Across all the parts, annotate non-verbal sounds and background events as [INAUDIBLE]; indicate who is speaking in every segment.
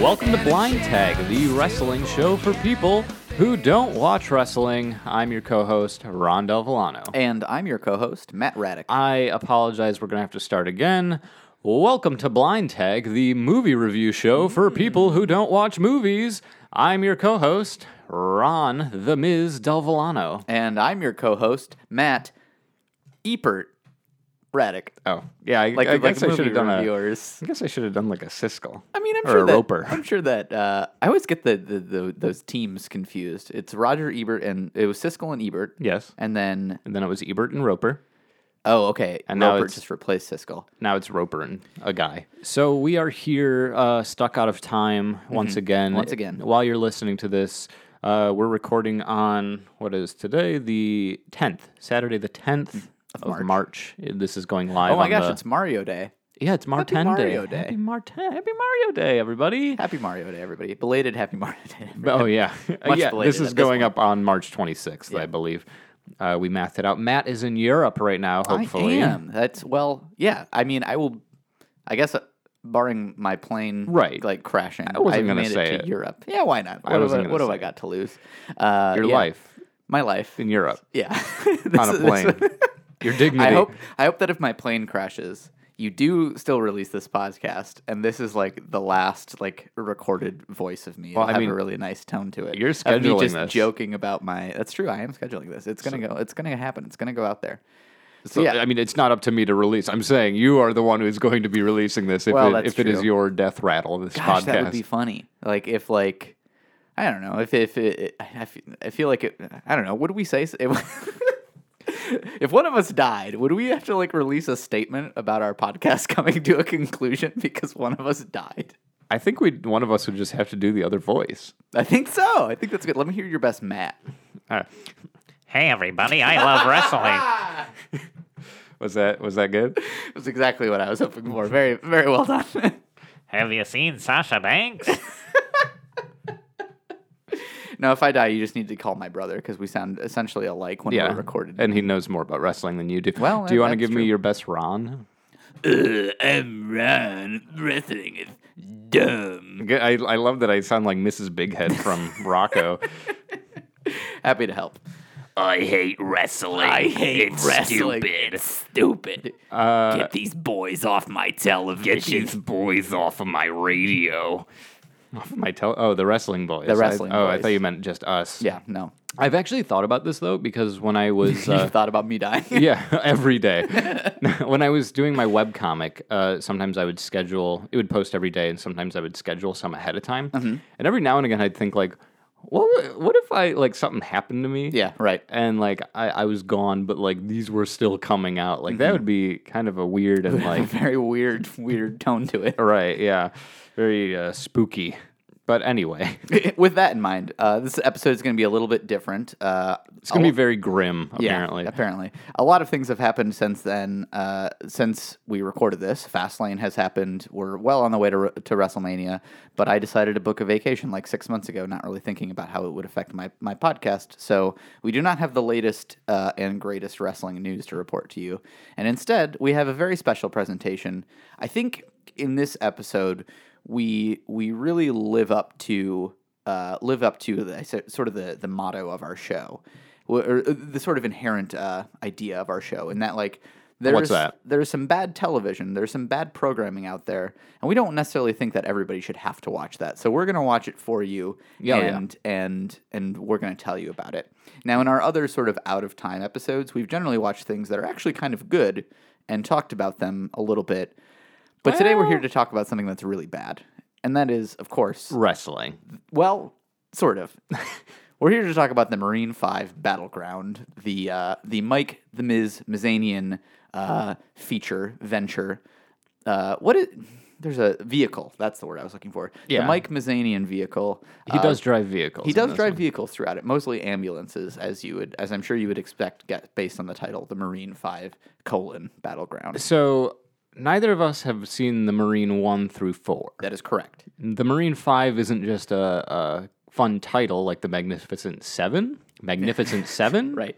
Speaker 1: Welcome to Blind Tag, the wrestling show for people who don't watch wrestling. I'm your co-host, Ron Del Villano.
Speaker 2: And I'm your co host, Matt Raddick.
Speaker 1: I apologize, we're going to have to start again. Welcome to Blind Tag, the movie review show for people who don't watch movies. I'm your co host, Ron the Miz Del Villano.
Speaker 2: And I'm your co host, Matt Epert Raddick.
Speaker 1: Oh, yeah, I,
Speaker 2: Like,
Speaker 1: I
Speaker 2: like
Speaker 1: guess I should
Speaker 2: movie
Speaker 1: have done a.
Speaker 2: reviewers.
Speaker 1: I guess I should have done like a Siskel.
Speaker 2: I mean, I'm
Speaker 1: or
Speaker 2: sure
Speaker 1: a
Speaker 2: that
Speaker 1: Roper.
Speaker 2: I'm sure that uh, I always get the, the, the those teams confused. It's Roger Ebert and it was Siskel and Ebert.
Speaker 1: Yes.
Speaker 2: And then
Speaker 1: And then it was Ebert and Roper.
Speaker 2: oh, okay,
Speaker 1: And now
Speaker 2: Roper
Speaker 1: it's-
Speaker 2: just replaced Siskel.
Speaker 1: Now it's Roper and a guy. So we are here, uh, stuck out of time once again.
Speaker 2: Mm-hmm. Once again.
Speaker 1: While you're listening to this, uh, we're recording on what is today, the 10th, Saturday, the 10th of, March. This is going live.
Speaker 2: Mm, Oh my
Speaker 1: on
Speaker 2: gosh,
Speaker 1: the-
Speaker 2: it's Mario Day.
Speaker 1: yeah, it's Marten
Speaker 2: Mario Day.
Speaker 1: Happy, Marten, happy Mario Day, everybody.
Speaker 2: Happy Mario Day, everybody! Belated Happy Mario Day.
Speaker 1: Oh yeah, [LAUGHS]
Speaker 2: Much
Speaker 1: yeah.
Speaker 2: belated
Speaker 1: This is
Speaker 2: at this
Speaker 1: going up on March 26th, I believe. Uh, we mathed it out. Matt is in Europe right now. Hopefully,
Speaker 2: I am. That's well, yeah. I mean, I will. I guess uh, barring my plane,
Speaker 1: Right.
Speaker 2: like crashing, I
Speaker 1: wasn't
Speaker 2: have
Speaker 1: gonna
Speaker 2: made
Speaker 1: say
Speaker 2: it to
Speaker 1: it.
Speaker 2: Europe. Yeah, why not? What,
Speaker 1: wasn't
Speaker 2: have, I,
Speaker 1: gonna
Speaker 2: what have
Speaker 1: say
Speaker 2: I got to lose? Uh,
Speaker 1: Your
Speaker 2: yeah.
Speaker 1: life
Speaker 2: my life.
Speaker 1: in Europe
Speaker 2: Yeah,
Speaker 1: [LAUGHS] on a
Speaker 2: [LAUGHS] This- [LAUGHS] this-
Speaker 1: plane. Your dignity.
Speaker 2: I hope. I hope that if my plane crashes, you do still release this podcast, and this is like the last like recorded voice of me. Well,
Speaker 1: I
Speaker 2: I have
Speaker 1: mean,
Speaker 2: a really nice tone to it.
Speaker 1: you're
Speaker 2: Of me
Speaker 1: scheduling
Speaker 2: just
Speaker 1: this.
Speaker 2: joking about my. That's true. I am scheduling this. It's gonna go. It's gonna happen. It's gonna go out there.
Speaker 1: So,
Speaker 2: Yeah.
Speaker 1: I mean, it's not up to me to release. I'm saying you are the one who's going to be releasing this if,
Speaker 2: Well,
Speaker 1: it,
Speaker 2: that's
Speaker 1: if it is
Speaker 2: true.
Speaker 1: your death rattle, this podcast.
Speaker 2: Gosh, that would be funny. Like if like I don't know if if it, it, I, I fe- I feel like it. I don't know. Would we say s- it, [LAUGHS] if one of us died? Would we have to like release a statement about our podcast [LAUGHS] coming to a conclusion because one of us died?
Speaker 1: I think we one of us would just have to do the other voice.
Speaker 2: I think so. I think that's good. Let me hear your best, Matt.
Speaker 1: Uh,
Speaker 3: Hey everybody, I love wrestling.
Speaker 1: was that was that
Speaker 2: [LAUGHS]
Speaker 1: good?
Speaker 2: It was exactly what I was hoping for. Very very well done. [LAUGHS]
Speaker 3: Have you seen Sasha Banks?
Speaker 2: now, if I die, you just need to call my brother because we sound essentially alike when
Speaker 1: Yeah,
Speaker 2: we're recorded.
Speaker 1: and he knows more about wrestling than you do.
Speaker 2: Well,
Speaker 1: do you want to
Speaker 2: that's
Speaker 1: give me
Speaker 2: true.
Speaker 1: your best Ron?
Speaker 2: Uh, I'm Ron. Wrestling is dumb.
Speaker 1: Good- I, I love that I sound like Mrs. Bighead
Speaker 2: [LAUGHS]
Speaker 1: from Rocco.
Speaker 2: Happy to help.
Speaker 3: I hate wrestling.
Speaker 2: I hate
Speaker 3: it's
Speaker 2: wrestling. Uh,
Speaker 3: Stupid. It's stupid. Get these boys off my television. Get [LAUGHS] these boys off of my radio.
Speaker 1: My tel- oh, the wrestling voice.
Speaker 2: The wrestling
Speaker 1: I, oh, I
Speaker 2: voice.
Speaker 1: thought you meant just us.
Speaker 2: Yeah, no.
Speaker 1: I've actually thought about this though because when I was
Speaker 2: [LAUGHS] You
Speaker 1: uh,
Speaker 2: thought about me dying. [LAUGHS]
Speaker 1: yeah, [LAUGHS] every day. when I was doing my webcomic, uh, sometimes I would schedule, it would post every day, and sometimes I would schedule some ahead of time. And every now and again, I'd think, like, what, w- what if I, like, something happened to me?
Speaker 2: Yeah, right.
Speaker 1: And, like, I, I was gone, but, like, these were still coming out. Like, that would be kind of a weird [LAUGHS] and, like,
Speaker 2: Very weird, weird tone to it.
Speaker 1: right, yeah, very uh, spooky. But anyway, [LAUGHS]
Speaker 2: [LAUGHS] With that in mind, uh, this episode is going to be a little bit different. Uh,
Speaker 1: it's going to be very grim,
Speaker 2: yeah,
Speaker 1: apparently.
Speaker 2: apparently, a lot of things have happened since then. Uh, since we recorded this, Fastlane has happened. We're well on the way to to WrestleMania, but I decided to book a vacation like six months ago, not really thinking about how it would affect my my podcast. So we do not have the latest uh, and greatest wrestling news to report to you, and instead we have a very special presentation. I think in this episode we we really live up to uh, live up to the so- sort of the the motto of our show, wh- or uh, the sort of inherent uh, idea of our show, and that like there's
Speaker 1: that?
Speaker 2: there's some bad television, there's some bad programming out there, and we don't necessarily think that everybody should have to watch that. So we're gonna watch it for you,
Speaker 1: Yeah, oh, yeah.
Speaker 2: and and and we're gonna tell you about it. Now, in our other sort of out of time episodes, we've generally watched things that are actually kind of good and talked about them a little bit. But today we're here to talk about something that's really bad. And that is, of course,
Speaker 1: Wrestling.
Speaker 2: well, sort of. [LAUGHS] We're here to talk about the Marine Five Battleground, the uh, the Mike the Miz Mizanian uh, feature venture. Uh, what is there's a vehicle. That's the word I was looking for.
Speaker 1: Yeah.
Speaker 2: The Mike Mizanian vehicle.
Speaker 1: Uh,
Speaker 2: Uh,
Speaker 1: He does drive vehicles.
Speaker 2: He
Speaker 1: in
Speaker 2: does
Speaker 1: this
Speaker 2: drive vehicles throughout it, mostly ambulances, as you would, as I'm sure you would expect, get based on the title, the Marine Five colon Battleground.
Speaker 1: So neither of us have seen the Marine one through four.
Speaker 2: That is correct.
Speaker 1: The Marine five isn't just a, a fun title like the Magnificent Seven.
Speaker 2: [LAUGHS]
Speaker 1: Magnificent Seven,
Speaker 2: Right.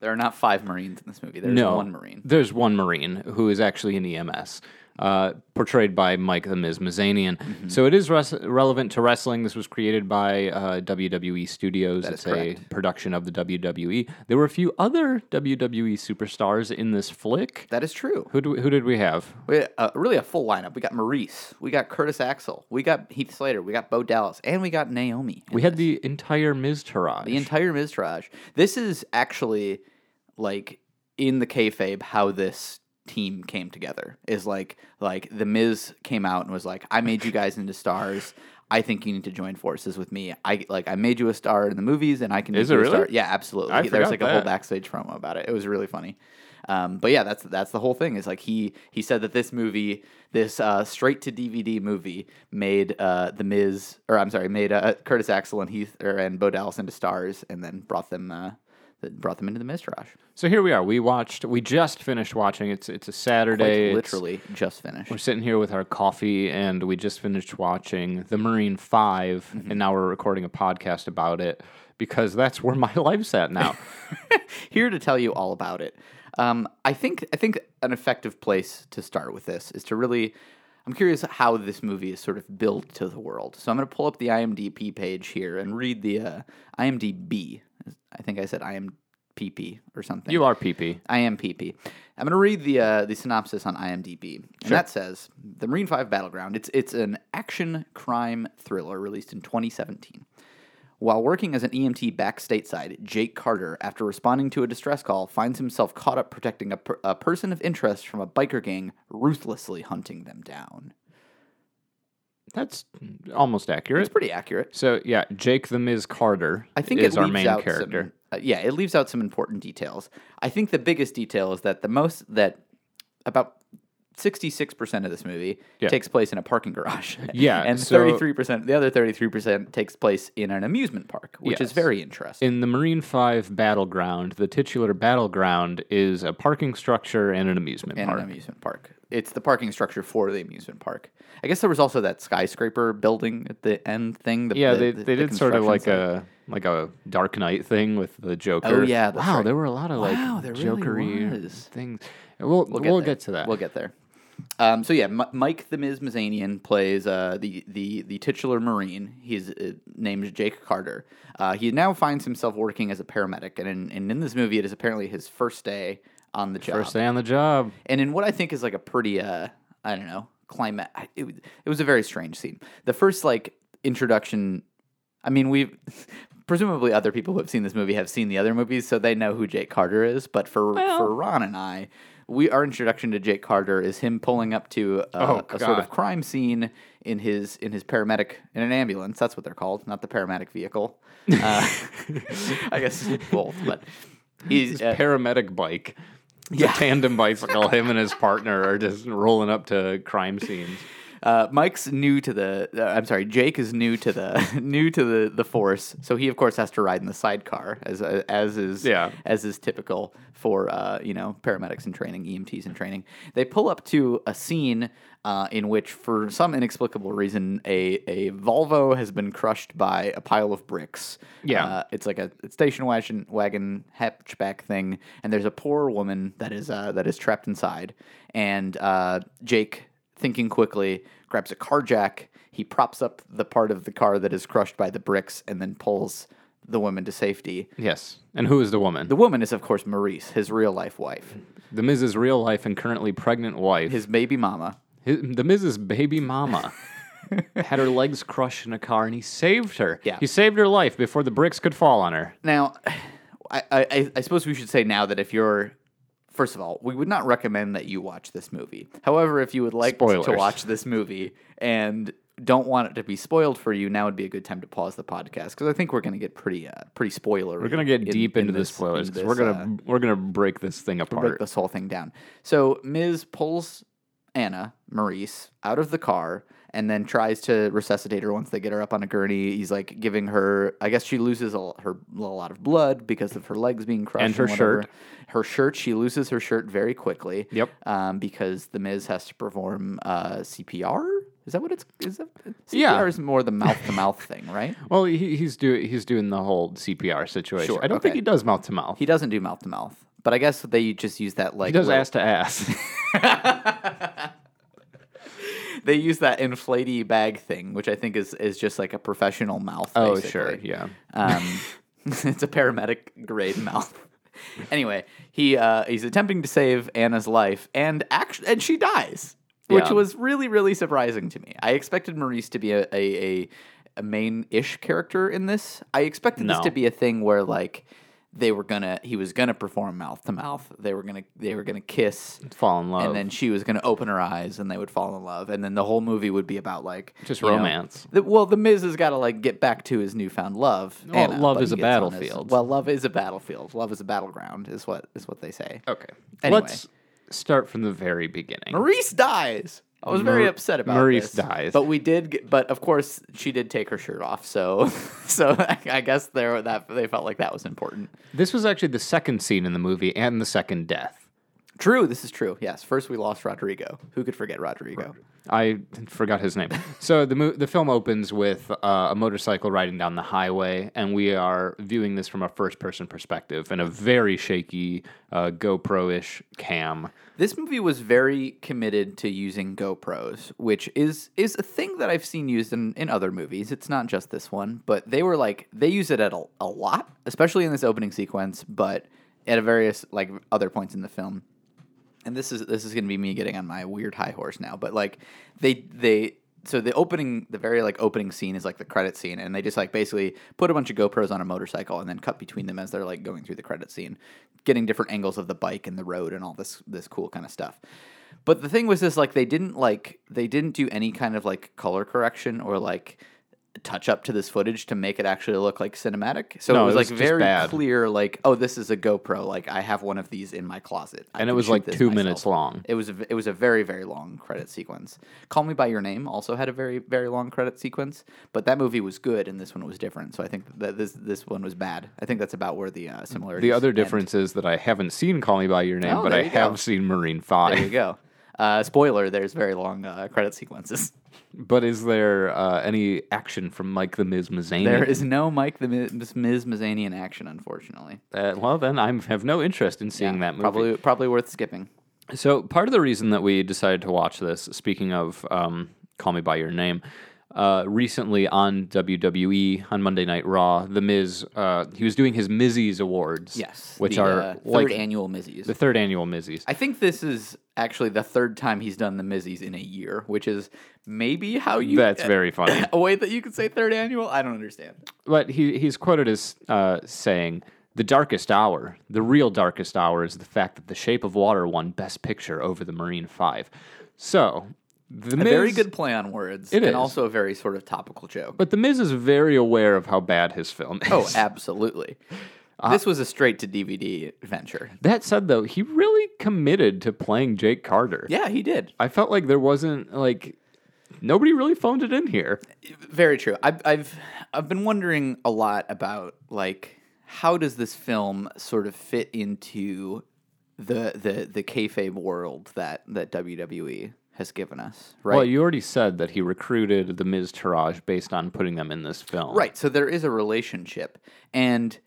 Speaker 2: There are not five Marines in this movie. There's
Speaker 1: No,
Speaker 2: one Marine.
Speaker 1: There's one Marine who is actually an EMS. uh, portrayed by Mike the Miz Mizanian.
Speaker 2: Mm-hmm.
Speaker 1: So it is res- relevant to wrestling. This was created by uh, WWE Studios. it's a
Speaker 2: correct.
Speaker 1: production of the WWE. There were a few other WWE superstars in this flick.
Speaker 2: That is true.
Speaker 1: Who, do we, who did we have?
Speaker 2: We had, uh, really a full lineup. We got Maurice, we got Curtis Axel, we got Heath Slater, we got Bo Dallas, and we got Naomi.
Speaker 1: We had the entire Miz Taraj.
Speaker 2: The entire Mizraj. This is actually like in the kayfabe how this team came together is like like the Miz came out and was like, I made you guys into stars. I think you need to join forces with me. I like I made you a star in the movies, and I can
Speaker 1: Is
Speaker 2: make
Speaker 1: it
Speaker 2: you a star.
Speaker 1: really?
Speaker 2: Yeah, absolutely.
Speaker 1: I
Speaker 2: He- There's
Speaker 1: forgot
Speaker 2: like a whole
Speaker 1: that.
Speaker 2: backstage promo about it. It was really funny. Um, but yeah, that's that's the whole thing. Is like he he said that this movie, this uh, straight to DVD movie, made uh, the Miz or I'm sorry, made uh, Curtis Axel and Heath or, and Bo Dallas into stars, and then brought them uh, that brought them into the Mizraj.
Speaker 1: So here we are. We watched. We just finished watching. It's it's a Saturday.
Speaker 2: Like
Speaker 1: It's-
Speaker 2: literally just finished.
Speaker 1: we're sitting here with our coffee, and we just finished watching The Marine 5
Speaker 2: Mm-hmm.
Speaker 1: and now we're recording a podcast about it because that's where my [LAUGHS] life's at
Speaker 2: [LAUGHS]
Speaker 1: now.
Speaker 2: here to tell you all about it. Um, I think I think an effective place to start with this is to really. I'm curious how this movie is sort of built to the world. So I'm going to pull up the IMDb page here and read the uh, IMDb. I think I said IMPP or something.
Speaker 1: you are PP.
Speaker 2: IMPP. I'm going to read the uh, the synopsis on IMDb, and that says the Marine Five Battleground. It's it's an action crime thriller released in 2017. While working as an EMT back stateside, Jake Carter, after responding to a distress call, finds himself caught up protecting a, per- a person of interest from a biker gang ruthlessly hunting them down.
Speaker 1: That's almost accurate.
Speaker 2: It's pretty accurate.
Speaker 1: so yeah, Jake the Miz Carter.
Speaker 2: I think
Speaker 1: is
Speaker 2: it
Speaker 1: our
Speaker 2: leaves
Speaker 1: main
Speaker 2: out
Speaker 1: character.
Speaker 2: Some, uh, yeah, it leaves out some important details. I think the biggest detail is that the most that about sixty six percent of this movie
Speaker 1: Yeah.
Speaker 2: takes place in a parking garage. [LAUGHS]
Speaker 1: Yeah,
Speaker 2: and
Speaker 1: so-
Speaker 2: thirty three percent, the other thirty three percent takes place in an amusement park, which
Speaker 1: Yes.
Speaker 2: is very interesting.
Speaker 1: In the Marine Five battleground, the titular battleground is a parking structure and an amusement
Speaker 2: in
Speaker 1: park.
Speaker 2: an amusement park, it's the parking structure for the amusement park. I guess there was also that skyscraper building at the end thing. The,
Speaker 1: Yeah,
Speaker 2: the-
Speaker 1: they,
Speaker 2: the-
Speaker 1: they
Speaker 2: the
Speaker 1: did sort of
Speaker 2: construction
Speaker 1: like
Speaker 2: site. Oh,
Speaker 1: a like a Dark Knight thing with the Joker.
Speaker 2: yeah, that's
Speaker 1: wow,
Speaker 2: right.
Speaker 1: there were a lot of like
Speaker 2: Wow, there really
Speaker 1: Jokery
Speaker 2: was.
Speaker 1: things. We'll we'll,
Speaker 2: We'll there.
Speaker 1: to that.
Speaker 2: We'll get there. Um, so yeah, M- Mike the Miz Mizanian plays uh, the the the titular Marine. He's uh, named Jake Carter. Uh, he now finds himself working as a paramedic, and in, and in this movie, it is apparently his first day on the job.
Speaker 1: First day on the job.
Speaker 2: And in what I think is like a pretty, uh, I don't know, climate. I- It, w- it was a very strange scene. The first like introduction. I mean, we [LAUGHS] presumably other people who have seen this movie have seen the other movies, so they know who Jake Carter is. But for for Ron and I, we our introduction to Jake Carter is him pulling up to uh,
Speaker 1: Oh,
Speaker 2: a sort of
Speaker 1: God.
Speaker 2: crime scene in his in his paramedic in an ambulance. That's what they're called, not the paramedic vehicle. Uh, [LAUGHS] I guess both, but. He's, uh,
Speaker 1: Paramedic bike. The
Speaker 2: Yeah.
Speaker 1: tandem
Speaker 2: [LAUGHS]
Speaker 1: bicycle. Him and his partner are just rolling up to crime scenes.
Speaker 2: Uh, Mike's new to the. Uh, I'm sorry, Jake is new to the [LAUGHS] new to the the force, so he of course has to ride in the sidecar as uh, as is
Speaker 1: Yeah.
Speaker 2: as is typical for uh, you know paramedics in training, E EMTs in training. They pull up to a scene uh, in which, for some inexplicable reason, a a Volvo has been crushed by a pile of bricks.
Speaker 1: Yeah.
Speaker 2: Uh, it's like a station wagon, wagon hatchback thing, and there's a poor woman that is uh, that is trapped inside. And uh, Jake, thinking quickly, grabs a car jack. He props up the part of the car that is crushed by the bricks, and then pulls the woman to safety.
Speaker 1: Yes. And who is the woman? The,
Speaker 2: The woman is, of course, Maurice, his real life wife,
Speaker 1: Miz's real life and currently pregnant wife.
Speaker 2: his baby mama.
Speaker 1: His, the Miz's baby
Speaker 2: [LAUGHS]
Speaker 1: mama had her legs crushed in a car, and he saved her.
Speaker 2: Yeah.
Speaker 1: He saved her life before the bricks could fall on her.
Speaker 2: Now, I, I, I suppose we should say now that if you're, first of all, we would not recommend that you watch this movie. However, if you would like to
Speaker 1: Spoilers.
Speaker 2: watch this movie and don't want it to be spoiled for you, now would be a good time to pause the podcast because I think we're going to get pretty, uh, pretty spoiler.
Speaker 1: We're gonna get deep into the spoilers because we're
Speaker 2: uh,
Speaker 1: gonna we're gonna break this thing
Speaker 2: break
Speaker 1: apart.
Speaker 2: this whole thing down. So Ms. pulls Anna, Maurice, out of the car and then tries to resuscitate her once they get her up on a gurney. He's like giving her, I guess she loses a, l- her a lot of blood because of her legs being crushed
Speaker 1: And her
Speaker 2: whatever.
Speaker 1: shirt.
Speaker 2: Her shirt, she loses her shirt very quickly.
Speaker 1: Yep.
Speaker 2: Um, because the Miz has to perform uh, CPR. Is that what it's? Is that CPR
Speaker 1: Yeah.
Speaker 2: is more the mouth to mouth thing, right?
Speaker 1: well, he, he's doing he's doing the whole CPR situation.
Speaker 2: Sure,
Speaker 1: I don't think
Speaker 2: okay.
Speaker 1: he does mouth to mouth.
Speaker 2: He doesn't do mouth to mouth, but I guess they just use that like [LAUGHS]
Speaker 1: He does
Speaker 2: little-
Speaker 1: ass to ass.
Speaker 2: they use that inflaty bag thing, which I think is is just like a professional mouth.
Speaker 1: Oh,
Speaker 2: basically.
Speaker 1: sure. Yeah. [LAUGHS]
Speaker 2: Um, [LAUGHS] it's a paramedic grade mouth. [LAUGHS] anyway, he uh, he's attempting to save Anna's life, and act- and she dies, which
Speaker 1: Yeah.
Speaker 2: was really really surprising to me. I expected Maurice to be a a, a, a main ish character in this. I expected this
Speaker 1: No.
Speaker 2: to be a thing where like they were gonna he was gonna perform mouth to mouth. They were gonna they were gonna kiss.
Speaker 1: Fall in love.
Speaker 2: And then she was going to open her eyes, and they would fall in love, and then the whole movie would be about like
Speaker 1: Just
Speaker 2: you know,
Speaker 1: romance.
Speaker 2: the- well, the Miz has got to like get back to his newfound love.
Speaker 1: Well,
Speaker 2: Anna,
Speaker 1: love
Speaker 2: but
Speaker 1: is
Speaker 2: he
Speaker 1: a
Speaker 2: gets on his-
Speaker 1: battlefield.
Speaker 2: well, love is a battlefield. Love is a battleground. Is what is what they say.
Speaker 1: okay.
Speaker 2: Anyway.
Speaker 1: Let's start from the very beginning.
Speaker 2: Maurice dies. I was very
Speaker 1: Mar-
Speaker 2: upset about
Speaker 1: Maurice
Speaker 2: this.
Speaker 1: dies.
Speaker 2: but we did. Get, but of course, she did take her shirt off. So, [LAUGHS] so I, I guess there that they felt like that was important.
Speaker 1: This was actually the second scene in the movie and the second death.
Speaker 2: True, this is true. Yes, first we lost Rodrigo. Who could forget Rodrigo?
Speaker 1: I forgot his name. So the mo- the film opens with uh, a motorcycle riding down the highway, and we are viewing this from a first person perspective in a very shaky uh, GoPro ish cam.
Speaker 2: This movie was very committed to using GoPros, which is is a thing that I've seen used in, in other movies. It's not just this one, but they were like they use it at a, a lot, especially in this opening sequence, but at various like other points in the film. And this is this is going to be me getting on my weird high horse now, but like they they so the opening the very like opening scene is like the credit scene and they just like basically put a bunch of GoPros on a motorcycle and then cut between them as they're like going through the credit scene, getting different angles of the bike and the road and all this this cool kind of stuff. But the thing was this like they didn't like they didn't do any kind of like color correction or like touch up to this footage to make it actually look like cinematic. So
Speaker 1: No,
Speaker 2: it was
Speaker 1: it was
Speaker 2: like
Speaker 1: just
Speaker 2: very
Speaker 1: bad.
Speaker 2: clear like oh this is a GoPro like I have one of these in my closet. I
Speaker 1: And it
Speaker 2: can
Speaker 1: was
Speaker 2: shoot
Speaker 1: like
Speaker 2: this
Speaker 1: two
Speaker 2: myself.
Speaker 1: minutes long.
Speaker 2: It was a, v- it was a very very long credit sequence. Call Me by Your Name also had a very very long credit sequence, but that movie was good and this one was different. So I think that this this one was bad. I think that's about where the uh, similarities.
Speaker 1: The other
Speaker 2: end.
Speaker 1: difference is that I haven't seen Call Me by Your Name,
Speaker 2: Oh,
Speaker 1: but
Speaker 2: there
Speaker 1: I
Speaker 2: you go.
Speaker 1: have seen Marine
Speaker 2: There you
Speaker 1: Five.
Speaker 2: go. Uh, spoiler: There's very long uh,
Speaker 1: [LAUGHS]
Speaker 2: credit sequences.
Speaker 1: [LAUGHS] But is there uh, any action from Mike the Miz Mazanian?
Speaker 2: There is no Mike the Miz, Miz Mizanian action, unfortunately.
Speaker 1: Uh, well, then I have no interest in seeing that movie.
Speaker 2: Probably probably worth skipping.
Speaker 1: So part of the reason that we decided to watch this, speaking of um, "Call Me by Your Name," uh, recently on WWE on Monday Night Raw, The Miz uh, he was doing his Mizzies Awards, which
Speaker 2: the,
Speaker 1: are
Speaker 2: uh, third
Speaker 1: like
Speaker 2: annual Mizzies.
Speaker 1: the third annual Mizzies.
Speaker 2: I think this is actually the third time he's done the Mizzies in a year, which is maybe how you. uh,
Speaker 1: That's very
Speaker 2: [COUGHS]
Speaker 1: funny.
Speaker 2: a way that you could say third annual. I don't understand.
Speaker 1: but he he's quoted as uh, saying. The darkest hour, the real darkest hour, is the fact that The Shape of Water won Best Picture over The Marine Five. So, the Miz,
Speaker 2: Very good play on words,
Speaker 1: It
Speaker 2: and
Speaker 1: is.
Speaker 2: also a very sort of topical joke.
Speaker 1: but The Miz is very aware of how bad his film is. [LAUGHS]
Speaker 2: oh, absolutely.
Speaker 1: Uh-huh.
Speaker 2: this was a straight to DVD venture.
Speaker 1: That said, though, he really committed to playing Jake Carter.
Speaker 2: Yeah, he did.
Speaker 1: I felt like there wasn't like nobody really phoned it in here.
Speaker 2: Very true. I've I've I've been wondering a lot about like how does this film sort of fit into the the the kayfabe world that that WWE has given us, right?
Speaker 1: Well, you already said that he recruited the Miz Taraj based on putting them in this film.
Speaker 2: Right. So there is a relationship, and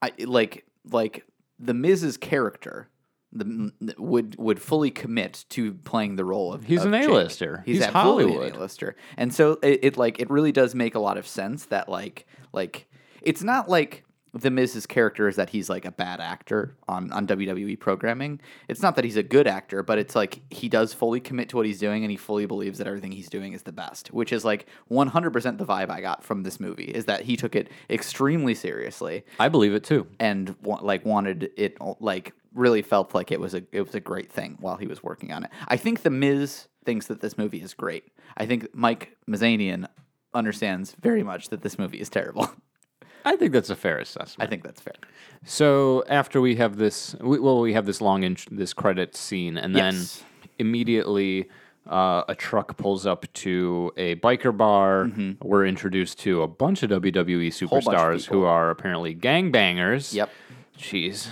Speaker 2: I like like the Miz's character. The, would would fully commit to playing the role of
Speaker 1: He's
Speaker 2: of
Speaker 1: an
Speaker 2: Jake.
Speaker 1: A-lister.
Speaker 2: He's,
Speaker 1: He's
Speaker 2: absolutely
Speaker 1: Hollywood.
Speaker 2: an A-lister, and so it, it like it really does make a lot of sense that like like it's not like the Miz's character is that he's like a bad actor on on WWE programming. It's not that he's a good actor, but it's like he does fully commit to what he's doing, and he fully believes that everything he's doing is the best, which is like one hundred percent the vibe I got from this movie is that he took it extremely seriously
Speaker 1: I believe it too.
Speaker 2: and wa- like wanted it like really felt like it was a it was a great thing while he was working on it. I think the Miz thinks that this movie is great. I think Mike Mizanian understands very much that this movie is terrible. [LAUGHS]
Speaker 1: I think that's a fair assessment.
Speaker 2: I think that's fair.
Speaker 1: So after we have this, we, well, we have this long int- this credit scene, and
Speaker 2: Yes.
Speaker 1: then immediately uh, a truck pulls up to a biker bar. We're introduced to a bunch of WWE
Speaker 2: Mm-hmm. bunch of
Speaker 1: superstars who
Speaker 2: people.
Speaker 1: are apparently gangbangers.
Speaker 2: Yep.
Speaker 1: Jeez,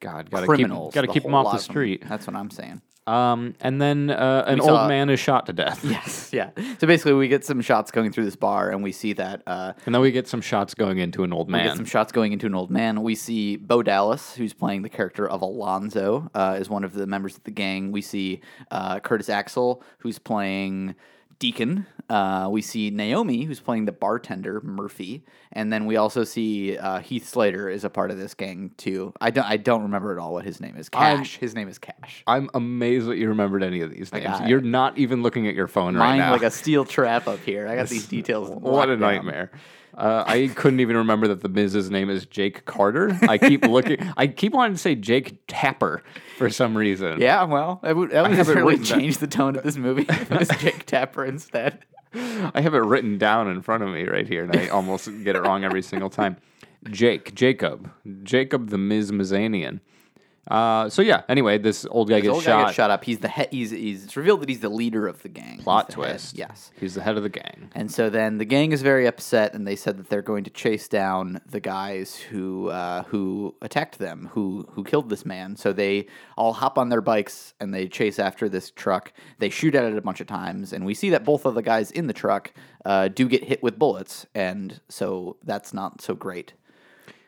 Speaker 1: God, gotta
Speaker 2: Criminals.
Speaker 1: keep gotta
Speaker 2: the
Speaker 1: keep them
Speaker 2: whole
Speaker 1: off
Speaker 2: lot
Speaker 1: the
Speaker 2: of 'em.
Speaker 1: street.
Speaker 2: That's what I'm saying. [LAUGHS]
Speaker 1: Um, and then uh, an
Speaker 2: We saw-
Speaker 1: old man is shot to death,
Speaker 2: Yes. Yeah. So basically, we get some shots going through this bar, and we see that uh,
Speaker 1: and then we get some shots going into an old
Speaker 2: We get
Speaker 1: man.
Speaker 2: some shots going into an old man. We see Bo Dallas, who's playing the character of Alonzo, uh, is one of the members of the gang. We see uh, Curtis Axel, who's playing Deacon. Uh, we see Naomi, who's playing the bartender Murphy, and then we also see uh, Heath Slater is a part of this gang too. I don't, I don't remember at all what his name is.
Speaker 1: I'm-
Speaker 2: Cash. his name is Cash.
Speaker 1: I'm amazed that you remembered any of these names.
Speaker 2: got it.
Speaker 1: You're not even looking at your phone right
Speaker 2: Mine
Speaker 1: now.
Speaker 2: like a steel trap up here. I got these
Speaker 1: [LAUGHS]
Speaker 2: details.
Speaker 1: what
Speaker 2: locked
Speaker 1: a
Speaker 2: down.
Speaker 1: nightmare. Uh, I couldn't even remember that the Miz's name is Jake Carter. I
Speaker 2: [LAUGHS]
Speaker 1: keep looking. I keep wanting to say Jake Tapper for some reason.
Speaker 2: Yeah, well, that would, that would
Speaker 1: haven't
Speaker 2: really
Speaker 1: written that.
Speaker 2: change the tone of this movie. if it was Jake Tapper instead.
Speaker 1: [LAUGHS] I have it written down in front of me right here,
Speaker 2: [LAUGHS]
Speaker 1: and I almost get it wrong every single time. Jake, Jacob, Jacob the Miz Mizanian. Uh, so yeah. Anyway, this old guy, gets,
Speaker 2: old
Speaker 1: shot,
Speaker 2: guy gets shot up. He's the he- he's, he's it's revealed that he's the leader of the gang. He's
Speaker 1: Plot
Speaker 2: the head.
Speaker 1: twist.
Speaker 2: Yes.
Speaker 1: he's the head of the gang.
Speaker 2: And so then the gang is very upset, and they said that they're going to chase down the guys who uh, who attacked them, who who killed this man. So they all hop on their bikes and they chase after this truck. They shoot at it a bunch of times, and we see that both of the guys in the truck uh, do get hit with bullets, and so that's not so great.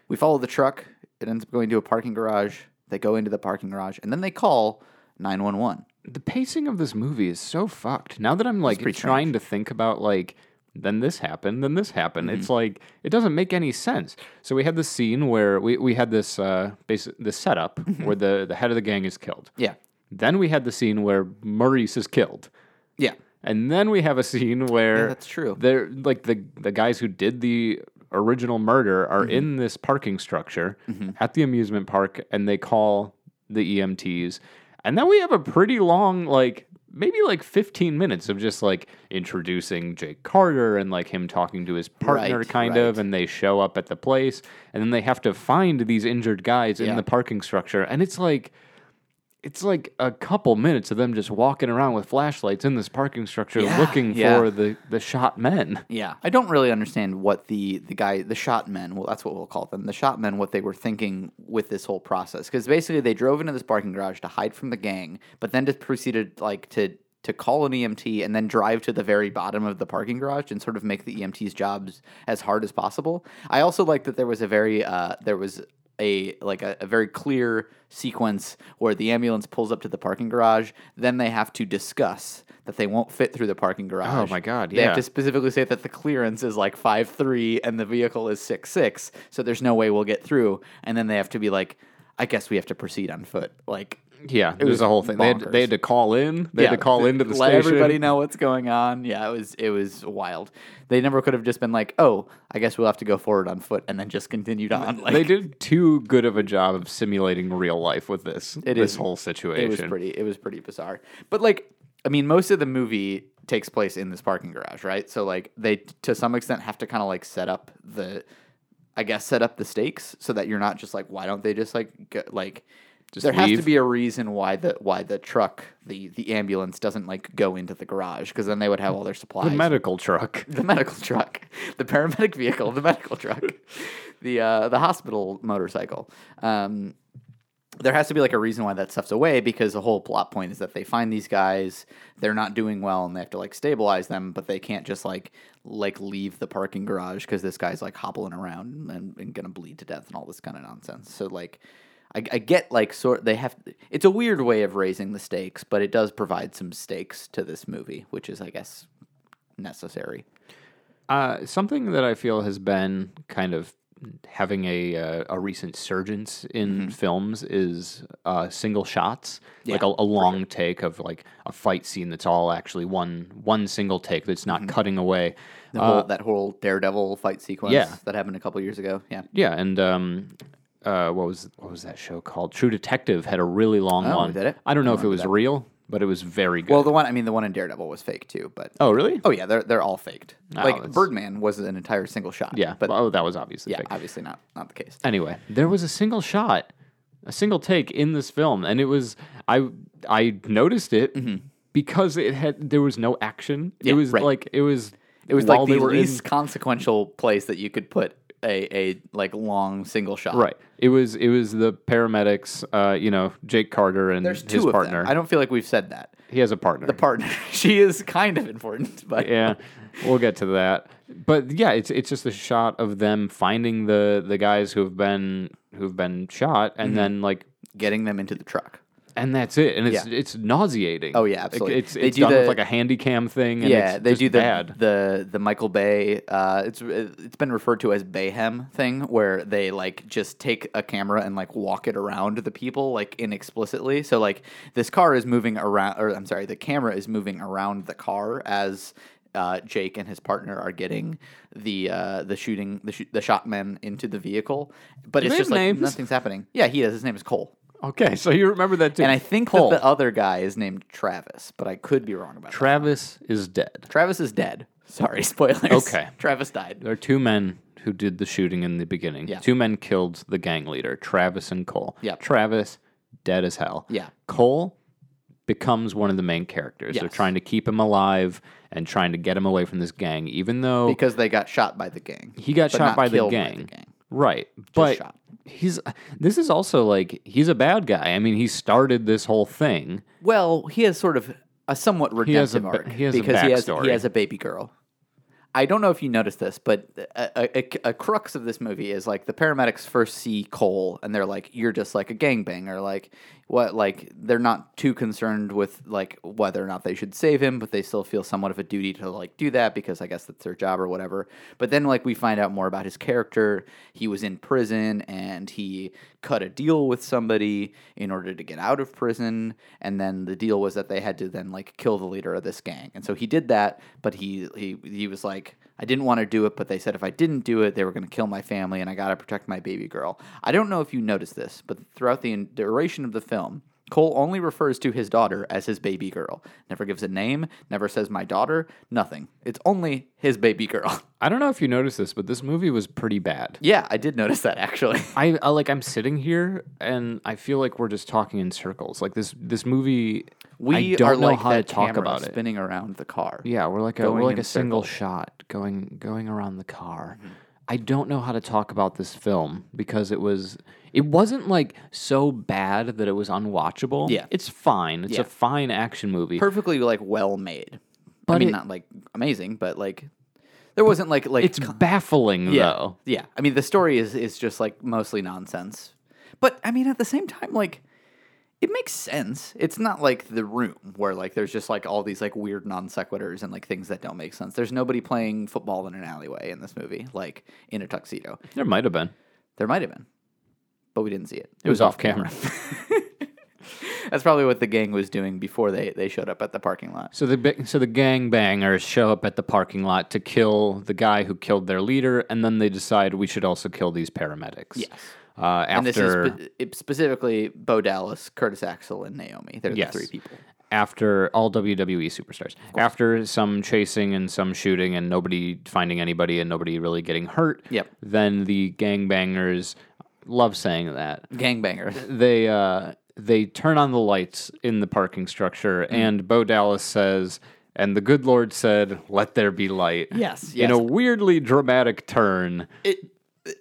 Speaker 2: We follow the truck. It ends up going to a parking garage. They go into the parking garage, and then they call nine one one.
Speaker 1: the pacing of this movie is so fucked. Now that I'm like trying to
Speaker 2: pretty
Speaker 1: think about like then this happened, then this happened.
Speaker 2: Mm-hmm.
Speaker 1: It's like it doesn't make any sense. So we had this scene where we, we had this uh basic this setup
Speaker 2: Mm-hmm.
Speaker 1: where the the head of the gang is killed.
Speaker 2: Yeah,
Speaker 1: Then we had the scene where Maurice is killed.
Speaker 2: yeah,
Speaker 1: And then we have a scene where
Speaker 2: that's true.
Speaker 1: They're like the the guys who did the original murder
Speaker 2: Mm-hmm.
Speaker 1: are in this parking structure at the amusement park, and they call the EMTs. And then we have a pretty long, like maybe like fifteen minutes of just like introducing Jake Carter and like him talking to his partner,
Speaker 2: Right,
Speaker 1: kind of. And they show up at the place, and then they have to find these injured guys in
Speaker 2: Yeah.
Speaker 1: the parking structure, and it's like it's like a couple minutes of them just walking around with flashlights in this parking structure
Speaker 2: Yeah,
Speaker 1: looking
Speaker 2: yeah.
Speaker 1: for the, the shot men.
Speaker 2: Yeah, I don't really understand what the the guy, the shot men, well, that's what we'll call them, the shot men, what they were thinking with this whole process, because basically they drove into this parking garage to hide from the gang, but then just proceeded like to to call an EMT and then drive to the very bottom of the parking garage and sort of make the EMT's jobs as hard as possible. I also like that there was a very uh, there was a like a, a very clear sequence where the ambulance pulls up to the parking garage then they have to discuss that they won't fit through the parking garage
Speaker 1: Oh my God,
Speaker 2: they have
Speaker 1: yeah.
Speaker 2: to specifically say that the clearance is like five three and the vehicle is six six, so there's no way we'll get through. And then they have to be like, I guess we have to proceed on foot. Like
Speaker 1: Yeah, it was
Speaker 2: was
Speaker 1: the whole thing. They had,
Speaker 2: bonkers.
Speaker 1: they had to call in. They had to call
Speaker 2: th-
Speaker 1: into the
Speaker 2: let
Speaker 1: station. [LAUGHS]
Speaker 2: everybody know what's going on. Yeah, it was it was wild. They never could have just been like, Oh, I guess we'll have to go forward on foot and then just continued on. Like
Speaker 1: they did too good of a job of simulating real life with this this
Speaker 2: is-
Speaker 1: whole situation.
Speaker 2: It was pretty. It was pretty bizarre. But like, I mean, most of the movie takes place in this parking garage, right? So like, they to some extent have to kind of like set up the, I guess, set up the stakes so that you're not just like, why don't they just like go, like.
Speaker 1: Just
Speaker 2: there has to
Speaker 1: leave?
Speaker 2: be a reason why the why the truck the the ambulance doesn't like go into the garage because then they would have all their supplies
Speaker 1: the medical truck.
Speaker 2: [LAUGHS] the medical truck, the paramedic vehicle, the medical truck, the uh, the hospital motorcycle. Um, there has to be like a reason why that stuff's away because the whole plot point is that they find these guys, they're not doing well, and they have to like stabilize them, but they can't just like like leave the parking garage because this guy's like hobbling around and, and gonna bleed to death and all this kind of nonsense. So like. I, I get like sort they have it's a weird way of raising the stakes, but it does provide some stakes to this movie, which is I guess necessary.
Speaker 1: Uh, something that I feel has been kind of having a uh, a recent surgence in
Speaker 2: Mm-hmm.
Speaker 1: films is uh, single shots, like a, a long take of like a fight scene that's all actually one one single take that's not
Speaker 2: Mm-hmm.
Speaker 1: cutting away.
Speaker 2: The whole, that whole Daredevil fight sequence
Speaker 1: Uh, yeah.
Speaker 2: that happened a couple years ago. Yeah.
Speaker 1: Yeah, and um, uh, what was what was that show called? True Detective had a really long one.
Speaker 2: did Oh, it?
Speaker 1: I don't know if it was real, but it was very good.
Speaker 2: Well, the one I mean, the one in Daredevil was fake too, but oh,
Speaker 1: oh, really?
Speaker 2: yeah, they're they're all faked. like
Speaker 1: that's-
Speaker 2: Birdman was an entire single shot.
Speaker 1: yeah,
Speaker 2: but
Speaker 1: but oh, that was obviously
Speaker 2: yeah,
Speaker 1: fake.
Speaker 2: obviously not not the case.
Speaker 1: Anyway, there was a single shot, a single take in this film, and it was I I noticed it because it had there was no action.
Speaker 2: Mm-hmm. Yeah,
Speaker 1: it was
Speaker 2: right.
Speaker 1: like it was
Speaker 2: It was
Speaker 1: while
Speaker 2: like the
Speaker 1: they were in-
Speaker 2: least consequential place that you could put a a like long single shot.
Speaker 1: right. It was it was the paramedics, uh, you know, Jake Carter and
Speaker 2: There's two
Speaker 1: his
Speaker 2: of
Speaker 1: partner.
Speaker 2: them. I don't feel like we've said that.
Speaker 1: he has a partner.
Speaker 2: Partner, [LAUGHS] she is kind of important, but
Speaker 1: yeah, we'll get to that. But yeah, it's it's just a shot of them finding
Speaker 2: Mm-hmm.
Speaker 1: the the guys who have been who've been shot, and then like
Speaker 2: getting them into the truck.
Speaker 1: and that's it. And it's
Speaker 2: Yeah.
Speaker 1: it's nauseating.
Speaker 2: Oh, yeah,
Speaker 1: Like,
Speaker 2: absolutely.
Speaker 1: it's
Speaker 2: They
Speaker 1: it's
Speaker 2: do
Speaker 1: done with
Speaker 2: the-
Speaker 1: like a handy cam thing. And
Speaker 2: yeah,
Speaker 1: it's
Speaker 2: they
Speaker 1: just
Speaker 2: do the
Speaker 1: bad. [LAUGHS]
Speaker 2: the the Michael Bay. Uh, it's it's been referred to as Bayhem thing, where they like just take a camera and like walk it around the people like inexplicitly. So like this car is moving around, or I'm sorry, the camera is moving around the car as. Uh, Jake and his partner are getting the uh, the shooting the sh- the shotman into the vehicle, but
Speaker 1: Do
Speaker 2: it's
Speaker 1: they have
Speaker 2: just like
Speaker 1: names?
Speaker 2: nothing's happening. Yeah, he does. His name is Cole,
Speaker 1: Okay, so you remember that too.
Speaker 2: and I think
Speaker 1: Cole.
Speaker 2: that the other guy is named Travis, but I could be wrong about that.
Speaker 1: Travis is dead.
Speaker 2: Travis is dead. Sorry, [LAUGHS] spoilers.
Speaker 1: Okay.
Speaker 2: Travis died.
Speaker 1: There are two men who did the shooting in the beginning.
Speaker 2: Yeah.
Speaker 1: Two men killed the gang leader, Travis and Cole.
Speaker 2: Yep.
Speaker 1: Travis, dead as hell.
Speaker 2: Yeah.
Speaker 1: Cole becomes one of the main characters. They're
Speaker 2: Yes.
Speaker 1: trying to keep him alive and trying to get him away from this gang, even though
Speaker 2: Because they got shot by the gang.
Speaker 1: he got
Speaker 2: but
Speaker 1: shot
Speaker 2: not
Speaker 1: by the,
Speaker 2: killed by the
Speaker 1: gang.
Speaker 2: gang.
Speaker 1: Right. But
Speaker 2: shot.
Speaker 1: he's this is also like he's a bad guy. I mean, he started this whole thing.
Speaker 2: Well, he has sort of a somewhat
Speaker 1: has a
Speaker 2: redemptive
Speaker 1: ba-
Speaker 2: arc
Speaker 1: he has a
Speaker 2: because he has
Speaker 1: backstory.
Speaker 2: he has a baby girl. I don't know if you noticed this, but a, a, a crux of this movie is like the paramedics first see Cole and they're like, "You're just like a gangbanger." Like what? Like they're not too concerned with like whether or not they should save him, but they still feel somewhat of a duty to like do that because I guess that's their job or whatever. But then like we find out more about his character. He was in prison and he cut a deal with somebody in order to get out of prison and then the deal was that they had to then like kill the leader of this gang. And so he did that, but he he he was like I didn't want to do it, but they said if I didn't do it, they were going to kill my family and I got to protect my baby girl. I don't know if you noticed this, but throughout the en- duration of the film, Cole only refers to his daughter as his baby girl. Never gives a name, never says my daughter, nothing. It's only his baby girl. [LAUGHS]
Speaker 1: I don't know if you noticed this, but this movie was pretty bad.
Speaker 2: yeah, I did notice that actually. [LAUGHS]
Speaker 1: I, I like I'm sitting here and I feel like we're just talking in circles. Like this this movie,
Speaker 2: We
Speaker 1: I don't
Speaker 2: are
Speaker 1: know
Speaker 2: like
Speaker 1: how to
Speaker 2: that
Speaker 1: talk
Speaker 2: camera
Speaker 1: about it.
Speaker 2: spinning around the car.
Speaker 1: Yeah, we're like a we're
Speaker 2: going
Speaker 1: like
Speaker 2: in
Speaker 1: a single shot going going around the car. I don't know how to talk about this film because it was it wasn't like so bad that it was unwatchable.
Speaker 2: Yeah.
Speaker 1: it's fine. It's
Speaker 2: Yeah.
Speaker 1: a fine action movie.
Speaker 2: perfectly like well made. I
Speaker 1: But
Speaker 2: mean,
Speaker 1: it-
Speaker 2: not like amazing, but like there wasn't like like
Speaker 1: it's baffling
Speaker 2: yeah
Speaker 1: though.
Speaker 2: yeah. I mean, the story is is just like mostly nonsense, but I mean at the same time like. It makes sense. It's not like the room where like there's just like all these like weird non sequiturs and like things that don't make sense. There's nobody playing football in an alleyway in this movie, like in a tuxedo.
Speaker 1: There might have been.
Speaker 2: There might have been, but we didn't see it.
Speaker 1: It was off camera.
Speaker 2: That's probably what the gang was doing before they they showed up at the parking lot.
Speaker 1: so the ba- so the gangbangers show up at the parking lot to kill the guy who killed their leader, and then they decide we should also kill these paramedics. Yes. Uh, after
Speaker 2: And this is spe- it- specifically Bo Dallas, Curtis Axel, and Naomi. They're
Speaker 1: Yes.
Speaker 2: the three people.
Speaker 1: after all WWE superstars, after some chasing and some shooting and nobody finding anybody and nobody really getting hurt,
Speaker 2: Yep.
Speaker 1: then the gangbangers love saying that. [LAUGHS]
Speaker 2: Gangbangers.
Speaker 1: They uh, they turn on the lights in the parking structure and Bo Dallas says and the good Lord said, "Let there be light."
Speaker 2: Yes,
Speaker 1: In a
Speaker 2: yes.
Speaker 1: weirdly dramatic turn.
Speaker 2: It,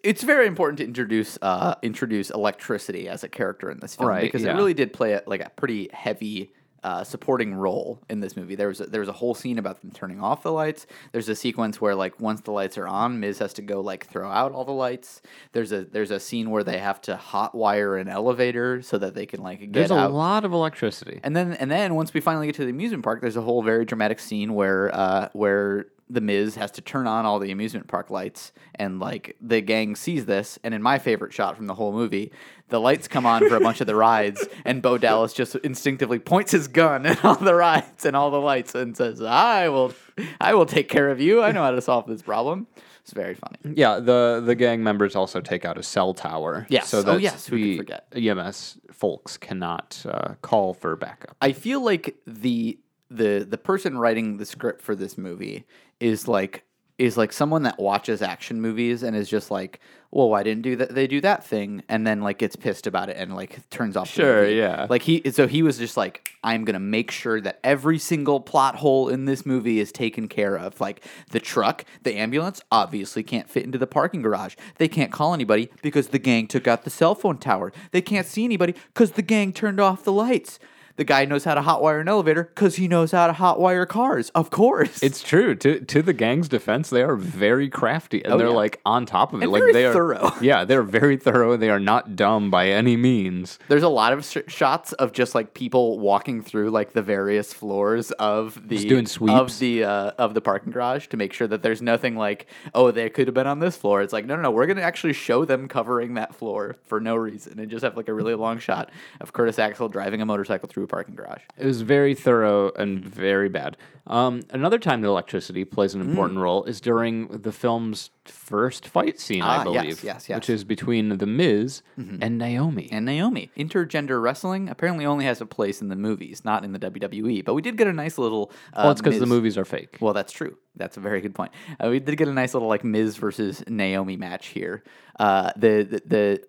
Speaker 2: it's very important to introduce uh, introduce electricity as a character in this film
Speaker 1: Right,
Speaker 2: because
Speaker 1: yeah.
Speaker 2: it really did play a, like a pretty heavy uh, supporting role in this movie. There was a, there was a whole scene about them turning off the lights. There's a sequence where like once the lights are on, Miz has to go like throw out all the lights. There's a there's a scene where they have to hotwire an elevator so that they can like get
Speaker 1: There's
Speaker 2: out.
Speaker 1: a lot of electricity.
Speaker 2: And then and then once we finally get to the amusement park, there's a whole very dramatic scene where uh, where the Miz has to turn on all the amusement park lights, and like the gang sees this. And in my favorite shot from the whole movie, the lights come on for a bunch of the rides, and Bo Dallas just instinctively points his gun at all the rides and all the lights, and says, "I will, I will take care of you. I know how to solve this problem." It's very funny.
Speaker 1: Yeah, the the gang members also take out a cell tower.
Speaker 2: Yes.
Speaker 1: so
Speaker 2: Oh,
Speaker 1: that
Speaker 2: yes, who could
Speaker 1: the
Speaker 2: forget?
Speaker 1: EMS folks cannot uh, call for backup.
Speaker 2: I feel like the the the person writing the script for this movie is like is like someone that watches action movies and is just like, well, why didn't do that? They do that thing, and then like gets pissed about it and like turns off. the
Speaker 1: Sure,
Speaker 2: movie.
Speaker 1: yeah.
Speaker 2: Like he, so he was just like, I'm gonna make sure that every single plot hole in this movie is taken care of. Like the truck, the ambulance obviously can't fit into the parking garage. They can't call anybody because the gang took out the cell phone tower. They can't see anybody because the gang turned off the lights. The guy knows how to hotwire an elevator because he knows how to hotwire cars. Of course,
Speaker 1: It's true. To to the gang's defense, they are very crafty and they're
Speaker 2: Oh, yeah.
Speaker 1: like on top of it.
Speaker 2: And
Speaker 1: like
Speaker 2: very
Speaker 1: they are
Speaker 2: thorough.
Speaker 1: [LAUGHS] Yeah, they're very thorough. They are not dumb by any means.
Speaker 2: There's a lot of sh- shots of just like people walking through like the various floors of the
Speaker 1: doing
Speaker 2: of
Speaker 1: sweeps.
Speaker 2: the uh, of the parking garage to make sure that there's nothing like oh they could have been on this floor. It's like no no no we're gonna actually show them covering that floor for no reason and just have like a really long shot of Curtis Axel driving a motorcycle through a parking garage.
Speaker 1: It was very thorough and very bad. Um, another time that electricity plays
Speaker 2: Mm.
Speaker 1: an important role is during the film's first fight scene,
Speaker 2: Ah,
Speaker 1: I
Speaker 2: yes,
Speaker 1: believe.
Speaker 2: yes, yes.
Speaker 1: Which is between The Miz and Naomi.
Speaker 2: And Naomi, intergender wrestling apparently only has a place in the movies, not in the WWE. But we did get a nice little. Uh,
Speaker 1: well, it's because the
Speaker 2: Miz-
Speaker 1: movies are fake.
Speaker 2: Well, that's true. That's a very good point. Uh, we did get a nice little like Miz versus Naomi match here. Uh, the, the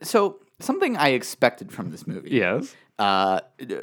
Speaker 2: the so something I expected from this movie.
Speaker 1: yes.
Speaker 2: Uh, d-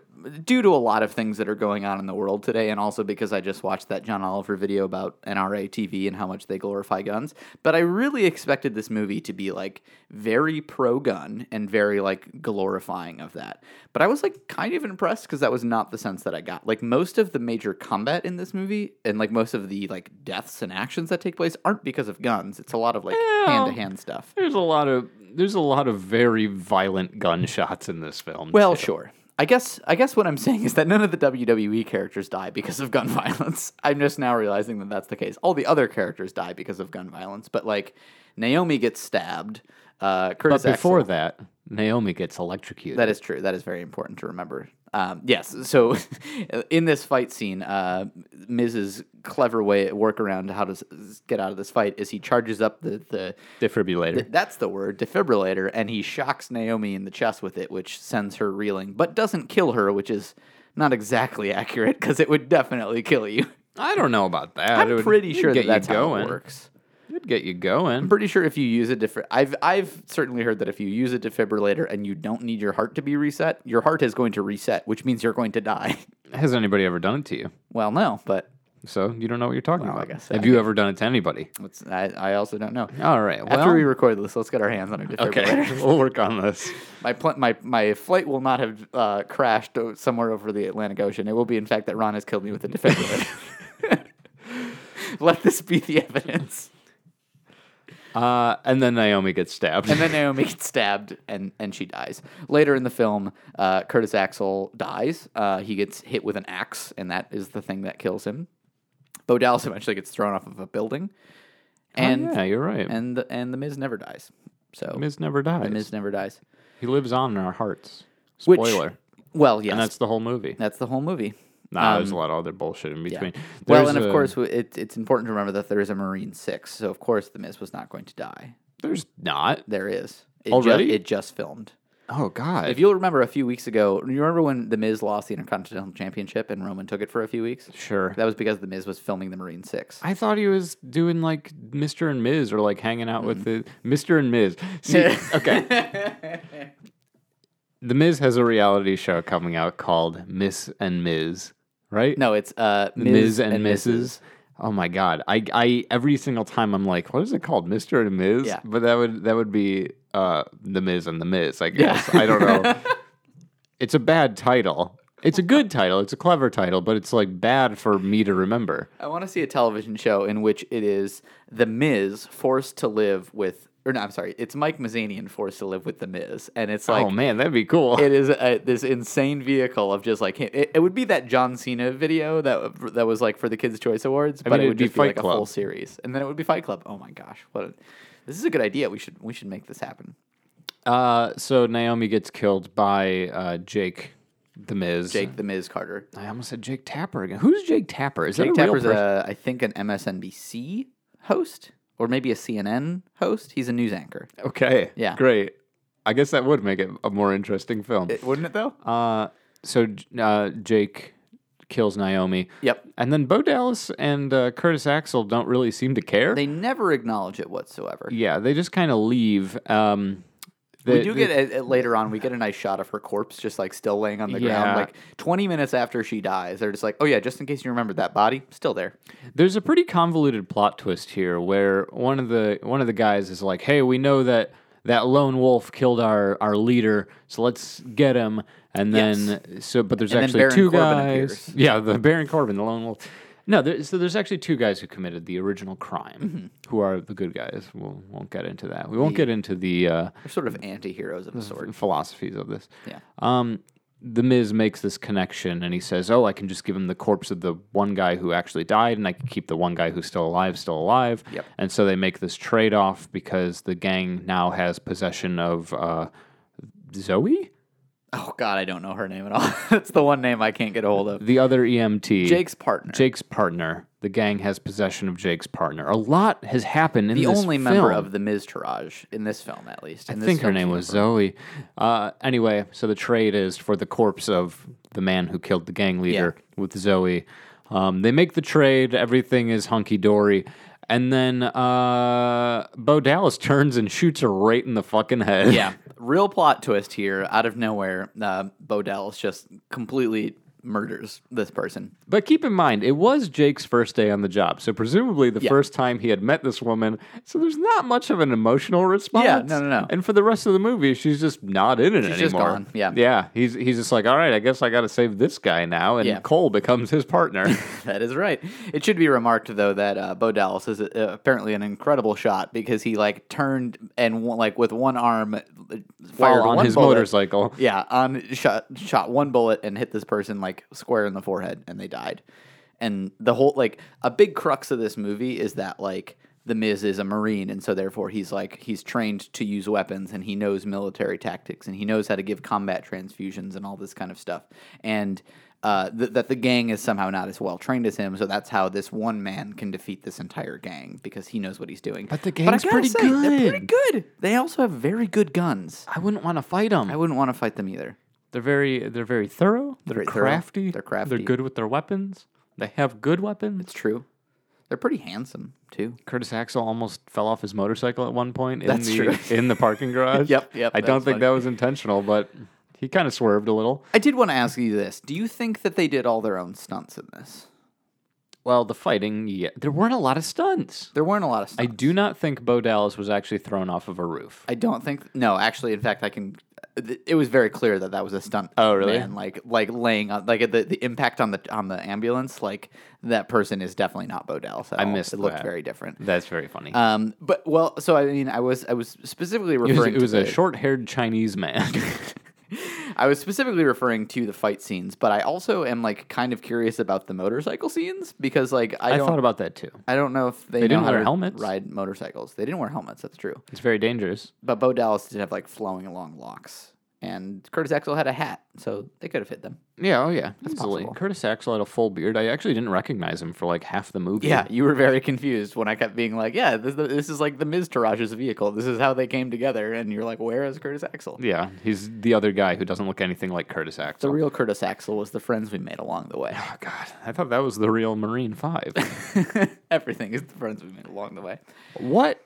Speaker 2: due to a lot of things that are going on in the world today, and also because I just watched that John Oliver video about NRA TV and how much they glorify guns. But I really expected this movie to be like very pro gun and very like glorifying of that. But I was like kind of impressed because that was not the sense that I got. Like most of the major combat in this movie and like most of the like deaths and actions that take place aren't because of guns. It's a lot of like hand to hand stuff.
Speaker 1: There's a lot of there's a lot of very violent gunshots in this film.
Speaker 2: Well, sure. I guess I guess what I'm [LAUGHS] saying is that none of the WWE characters die because of gun [LAUGHS] violence. I'm just now realizing that that's the case. All the other characters die because of gun violence, but like Naomi gets stabbed. Uh, Curtis
Speaker 1: but before
Speaker 2: Axel-
Speaker 1: that, Naomi gets electrocuted.
Speaker 2: that is true. That is very important to remember. Um, yes. So [LAUGHS] in this fight scene, uh, Miz's clever way workaround to how to s- get out of this fight is he charges up the the
Speaker 1: defibrillator.
Speaker 2: Th- That's the word, defibrillator, and he shocks Naomi in the chest with it, which sends her reeling, but doesn't kill her, which is not exactly [LAUGHS] accurate because it would definitely kill you.
Speaker 1: I don't know about that. It
Speaker 2: I'm
Speaker 1: would-
Speaker 2: pretty
Speaker 1: it'd
Speaker 2: sure
Speaker 1: get
Speaker 2: that
Speaker 1: you
Speaker 2: that's how
Speaker 1: going.
Speaker 2: it works.
Speaker 1: It'd get you going.
Speaker 2: I'm pretty sure if you use a different, I've I've certainly heard that if you use a defibrillator and you don't need your heart to be reset, your heart is going to reset, which means you're going to die. [LAUGHS]
Speaker 1: Has anybody ever done it to you?
Speaker 2: well, no, but
Speaker 1: So you don't know what you're talking
Speaker 2: Well, I
Speaker 1: about.
Speaker 2: guess-
Speaker 1: Have
Speaker 2: I
Speaker 1: you ever done it to anybody?
Speaker 2: it's, I I also don't know.
Speaker 1: All right. Well,
Speaker 2: After we record this, let's get our hands on a defibrillator.
Speaker 1: [LAUGHS]
Speaker 2: [LAUGHS]
Speaker 1: okay, we'll work on this.
Speaker 2: My pl- my my flight will not have uh, crashed o- somewhere over the Atlantic Ocean. It will be, in fact, that Ron has killed me with
Speaker 1: [LAUGHS]
Speaker 2: a defibrillator. Let this be the evidence.
Speaker 1: Uh, and then Naomi gets stabbed. [LAUGHS]
Speaker 2: And then Naomi gets stabbed and, and she dies. Later in the film, uh, Curtis Axel dies. Uh, he gets hit with an axe, and that is the thing that kills him. Bo Dallas eventually gets thrown off of a building, and
Speaker 1: Oh, yeah, you're right.
Speaker 2: and the, and the Miz never dies. So
Speaker 1: Miz never dies.
Speaker 2: the Miz never dies.
Speaker 1: He lives on in our hearts.
Speaker 2: Which-
Speaker 1: Spoiler.
Speaker 2: Well, yes,
Speaker 1: and that's
Speaker 2: that's,
Speaker 1: the whole movie.
Speaker 2: the whole movie.
Speaker 1: Nah, there's a lot of other bullshit in between.
Speaker 2: Um, well,
Speaker 1: There's
Speaker 2: and of
Speaker 1: a-
Speaker 2: course, w- it, it's important to remember that there is a Marine Six, so of course the Miz was not going to die.
Speaker 1: there's not.
Speaker 2: There is it ju-
Speaker 1: Already?
Speaker 2: it just filmed.
Speaker 1: Oh God.
Speaker 2: If you'll remember, a few weeks ago, you remember when the Miz lost the Intercontinental Championship and Roman took it for a few weeks.
Speaker 1: sure.
Speaker 2: That was because the Miz was filming the Marine Six.
Speaker 1: I thought he was doing like Mr. and Ms. or like hanging out with
Speaker 2: Mm-hmm.
Speaker 1: the Mr. and Ms.
Speaker 2: [LAUGHS]
Speaker 1: See, okay. the Miz has a reality show coming out called Miss and Ms. Right?
Speaker 2: no, it's uh,
Speaker 1: Ms.
Speaker 2: Miz,
Speaker 1: and, Mrs. Oh my God! I, I every single time I'm like, what is it called, Mister and Ms.
Speaker 2: Yeah.
Speaker 1: But that would that would be uh, the Miz and the Miz. I guess I don't
Speaker 2: [LAUGHS]
Speaker 1: know. it's a bad title. It's a good title. It's a clever title, but it's like bad for me to remember.
Speaker 2: I want to see a television show in which it is the Miz forced to live with, or no, I'm sorry, it's Mike Mazzanian forced to live with the Miz, and it's like
Speaker 1: oh man, that'd be cool.
Speaker 2: it is uh this insane vehicle of just like him. It, it would be that John Cena video that that was like for the Kids Choice Awards, but
Speaker 1: mean,
Speaker 2: it
Speaker 1: it'd
Speaker 2: would
Speaker 1: be
Speaker 2: just be
Speaker 1: Fight
Speaker 2: like a full
Speaker 1: Club.
Speaker 2: series, and then it would be Fight Club. Oh my gosh, what? A, this is a good idea. We should we should make this happen.
Speaker 1: Uh, [LAUGHS] so Naomi gets killed by uh, Jake, the Miz.
Speaker 2: Jake the Miz Carter.
Speaker 1: I almost said Jake Tapper again. Who's Jake Tapper? Is
Speaker 2: Jake
Speaker 1: that a real
Speaker 2: Tapper's,
Speaker 1: person?
Speaker 2: a, I think, an MSNBC host or maybe a CNN host. He's a news anchor.
Speaker 1: okay.
Speaker 2: Yeah.
Speaker 1: Great. I guess that would make it a more interesting film.
Speaker 2: Wouldn't it though?
Speaker 1: Uh, so uh, Jake kills Naomi.
Speaker 2: Yep.
Speaker 1: And then Bo Dallas and uh, Curtis Axel don't really seem to care.
Speaker 2: They never acknowledge it whatsoever.
Speaker 1: yeah, they just kind of leave. Um,
Speaker 2: We
Speaker 1: the-
Speaker 2: do
Speaker 1: the-
Speaker 2: get a, a- later on. We get a nice shot of her corpse, just like still laying on the
Speaker 1: Yeah.
Speaker 2: ground. Like twenty minutes after she dies, they're just like, "Oh yeah, just in case you remembered that body, still there."
Speaker 1: There's a pretty convoluted plot twist here where one of the one of the guys is like, "Hey, we know that that lone wolf killed our our leader, so let's get him. And then so, but there's
Speaker 2: And then
Speaker 1: actually
Speaker 2: Baron
Speaker 1: two
Speaker 2: Corbin
Speaker 1: guys.
Speaker 2: appears.
Speaker 1: [LAUGHS] Yeah, the Baron Corbin, the lone wolf. No, there, so there's actually two guys who committed the original crime,
Speaker 2: Mm-hmm.
Speaker 1: who are the good guys. We'll, won't get into that. We won't get into the uh,
Speaker 2: They're sort of anti-heroes
Speaker 1: Mm.
Speaker 2: of a sort.
Speaker 1: philosophies of this.
Speaker 2: Mm-hmm. Yeah.
Speaker 1: Um, the Miz makes this connection and he says, "Oh, I can just give him the corpse of the one guy who actually died, and I can keep the one guy who's still alive still alive."
Speaker 2: Yep.
Speaker 1: And so they make this trade off because the gang now has possession of uh, Zoe,
Speaker 2: Oh God, I don't know her name at all. [LAUGHS] That's the one name I can't get a hold of.
Speaker 1: the other EMT,
Speaker 2: Jake's partner.
Speaker 1: Jake's partner. The gang has possession of Jake's partner. A lot has happened in
Speaker 2: the
Speaker 1: this
Speaker 2: only member
Speaker 1: film.
Speaker 2: of the Miz Taraj in this film, at least.
Speaker 1: I think her name was Zoe. Uh, anyway, so the trade is for the corpse of the man who killed the gang leader with Zoe. Um, they make the trade. Everything is hunky dory. And then uh, Bo Dallas [LAUGHS] turns and shoots her right in the fucking head.
Speaker 2: [LAUGHS] yeah, real plot twist here out of nowhere. Uh, Bo Dallas just completely murders this person.
Speaker 1: But keep in mind, it was Jake's first day on the job. So presumably the first time he had met this woman. So there's not much of an emotional response.
Speaker 2: no, no, no.
Speaker 1: And for the rest of the movie, she's just not in it
Speaker 2: She's
Speaker 1: anymore.
Speaker 2: just gone, yeah.
Speaker 1: Yeah. He's, he's just like, all right, I guess I got to save this guy now. And
Speaker 2: Yeah.
Speaker 1: Cole becomes his
Speaker 2: [LAUGHS]
Speaker 1: partner. [LAUGHS]
Speaker 2: That is right. It should be remarked though that uh, Bo Dallas is uh, apparently an incredible shot because he like turned and one, like with one arm uh, fired
Speaker 1: While on
Speaker 2: one
Speaker 1: his
Speaker 2: bullet.
Speaker 1: motorcycle.
Speaker 2: Yeah, on shot shot one bullet and hit this person like square in the forehead and they died. And the whole like a big crux of this movie is that like the Miz is a Marine and so therefore he's like he's trained to use weapons and he knows military tactics and he knows how to give combat transfusions and all this kind of stuff. And uh, th- that the gang is somehow not as well trained as him, so that's how this one man can defeat this entire gang because he knows what he's doing.
Speaker 1: But the
Speaker 2: I
Speaker 1: gang's
Speaker 2: gotta
Speaker 1: pretty
Speaker 2: They're pretty
Speaker 1: good.
Speaker 2: good. They also have very good guns.
Speaker 1: I wouldn't want to fight them.
Speaker 2: I wouldn't want to fight them either.
Speaker 1: They're very they're very thorough. They're
Speaker 2: Very thorough.
Speaker 1: crafty.
Speaker 2: They're crafty.
Speaker 1: They're good with their weapons. They have good weapons.
Speaker 2: It's true. They're pretty handsome too.
Speaker 1: Curtis Axel almost fell off his motorcycle at one point in
Speaker 2: That's
Speaker 1: the
Speaker 2: true.
Speaker 1: [LAUGHS] in the parking garage.
Speaker 2: Yep, yep,
Speaker 1: I
Speaker 2: that
Speaker 1: don't
Speaker 2: was
Speaker 1: think
Speaker 2: funny.
Speaker 1: that was intentional, but he kind of swerved a little.
Speaker 2: I did want to ask you this: Do you think that they did all their own stunts in this?
Speaker 1: Well, the fighting, yeah, there weren't a lot of stunts.
Speaker 2: There weren't a lot of
Speaker 1: I
Speaker 2: stunts.
Speaker 1: do not think Bo Dallas was actually thrown off of a roof.
Speaker 2: I don't think. No, actually, in fact, I can. th- It was very clear that that was a stunt. Oh,
Speaker 1: really?
Speaker 2: Man, like, like laying on, like the, the impact on the on the ambulance. Like that person is definitely not Bo Dallas. At
Speaker 1: I
Speaker 2: all.
Speaker 1: missed
Speaker 2: It looked
Speaker 1: that.
Speaker 2: very different.
Speaker 1: That's very funny.
Speaker 2: Um, but well, so I mean, I was I was specifically
Speaker 1: it Uh, was,
Speaker 2: referring.
Speaker 1: it was
Speaker 2: to
Speaker 1: a
Speaker 2: the-
Speaker 1: short-haired Chinese man.
Speaker 2: I was specifically referring to the fight scenes, but I also am like kind of curious about the motorcycle scenes because like
Speaker 1: [LAUGHS]
Speaker 2: I,
Speaker 1: I
Speaker 2: don't
Speaker 1: thought about that too.
Speaker 2: I don't know if they,
Speaker 1: They didn't
Speaker 2: know how
Speaker 1: wear
Speaker 2: to
Speaker 1: helmets.
Speaker 2: Ride motorcycles. They didn't wear helmets. That's true.
Speaker 1: It's very dangerous.
Speaker 2: But Bo Dallas did have like flowing long locks, and Curtis Axel had a hat, so they could have hit them.
Speaker 1: Yeah, oh yeah, easily.
Speaker 2: possible.
Speaker 1: Curtis Axel had a full beard. I actually didn't recognize him for like half the movie.
Speaker 2: Yeah, you were very confused when I kept being like, "Yeah, this, this is like the Miz Taraj's vehicle. This is how they came together." And you're like, "Where is Curtis Axel?"
Speaker 1: yeah. He's the other guy who doesn't look anything like Curtis
Speaker 2: The
Speaker 1: Axel.
Speaker 2: real Curtis Axel was the friends we made along the way.
Speaker 1: oh, God, I thought that was the real Marine Five.
Speaker 2: [LAUGHS] Everything is the friends we made along the way.
Speaker 1: What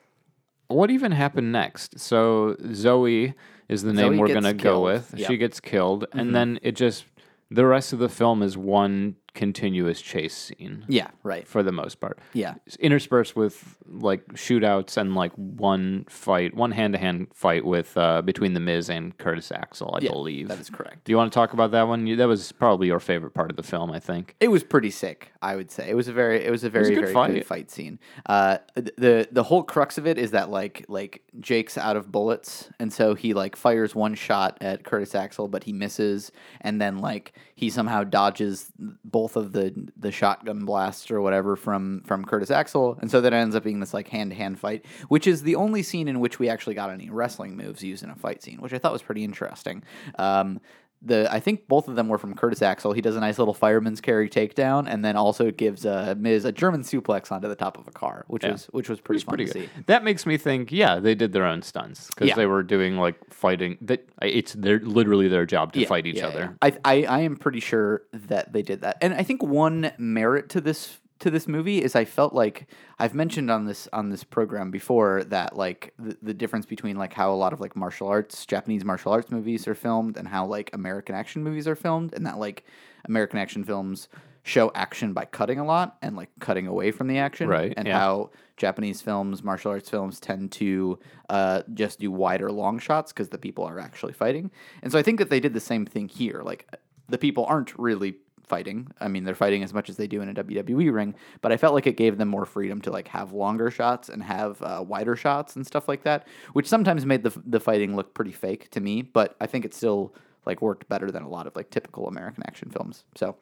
Speaker 1: what even happened next? So Zoe is the name
Speaker 2: Zoe
Speaker 1: we're
Speaker 2: gets
Speaker 1: gonna go
Speaker 2: killed.
Speaker 1: with. She
Speaker 2: Yep. Mm-hmm.
Speaker 1: gets killed, and then it just the rest of the film is one continuous chase scene.
Speaker 2: Yeah, right.
Speaker 1: For the most part.
Speaker 2: Yeah.
Speaker 1: It's Interspersed with like shootouts and like one fight, one hand to hand fight with uh, between the Miz and Curtis Axel, I
Speaker 2: Yeah,
Speaker 1: believe.
Speaker 2: that is correct.
Speaker 1: Do you want to talk about that one? You- That was probably your favorite part of the film, I think.
Speaker 2: It was pretty sick, I would say. It was a very, it was a very,
Speaker 1: good
Speaker 2: very
Speaker 1: fight.
Speaker 2: good fight scene. Uh, th- the the whole crux of it is that like like Jake's out of bullets, and so he like fires one shot at Curtis Axel, but he misses, and then like he somehow dodges both of the the shotgun blasts or whatever from from Curtis Axel, and so that ends up being this like hand to hand fight, which is the only scene in which we actually got any wrestling moves used in a fight scene, which I thought was pretty interesting. Um, the I think both of them were from Curtis Axel. He does a nice little fireman's carry takedown, and then also gives uh, Miz a German suplex onto the top of a car, which was which was pretty
Speaker 1: It's
Speaker 2: fun
Speaker 1: pretty
Speaker 2: to
Speaker 1: good.
Speaker 2: see.
Speaker 1: That makes me think, yeah, they did their own stunts because
Speaker 2: Yeah.
Speaker 1: they were doing like fighting. That it's their literally their job to
Speaker 2: Yeah,
Speaker 1: fight each
Speaker 2: yeah,
Speaker 1: other.
Speaker 2: yeah. I, I I am pretty sure that they did that, and I think one merit to this to this movie is I felt like I've mentioned on this on this program before that like the, the difference between like how a lot of like martial arts Japanese martial arts movies are filmed and how like American action movies are filmed, and that like American action films show action by cutting a lot and like cutting away from the action,
Speaker 1: Right,
Speaker 2: And
Speaker 1: yeah.
Speaker 2: how Japanese films, martial arts films, tend to uh, just do wider long shots because the people are actually fighting. And so I think that they did the same thing here. Like the people aren't really fighting. I mean, they're fighting as much as they do in a WWE ring, but I felt like it gave them more freedom to like have longer shots and have uh, wider shots and stuff like that, which sometimes made the the fighting look pretty fake to me. But I think it still like worked better than a lot of like typical American action films. So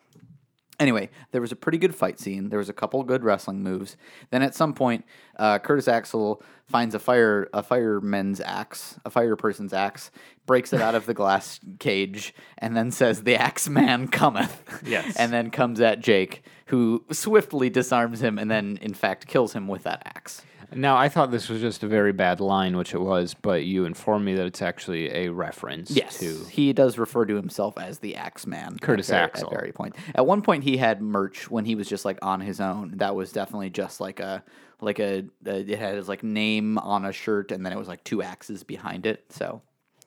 Speaker 2: Anyway, there was a pretty good fight scene. There was a couple good wrestling moves. Then at some point, uh, Curtis Axel finds a fire a fireman's axe, a fire person's axe, breaks it out of the glass cage, and then says, "The axe man cometh."
Speaker 1: Yes.
Speaker 2: and then comes at Jake, who swiftly disarms him and then, in fact, kills him with that axe.
Speaker 1: Now, I thought this was just a very bad line, which it was, but you informed me that it's actually a reference to.
Speaker 2: he does refer to himself as the Axe Man.
Speaker 1: Curtis
Speaker 2: at, ver-
Speaker 1: Axel.
Speaker 2: At very point. At one point, he had merch when he was just like on his own. That was definitely just like a like a, a it had his like name on a shirt, and then it was like two axes behind it. So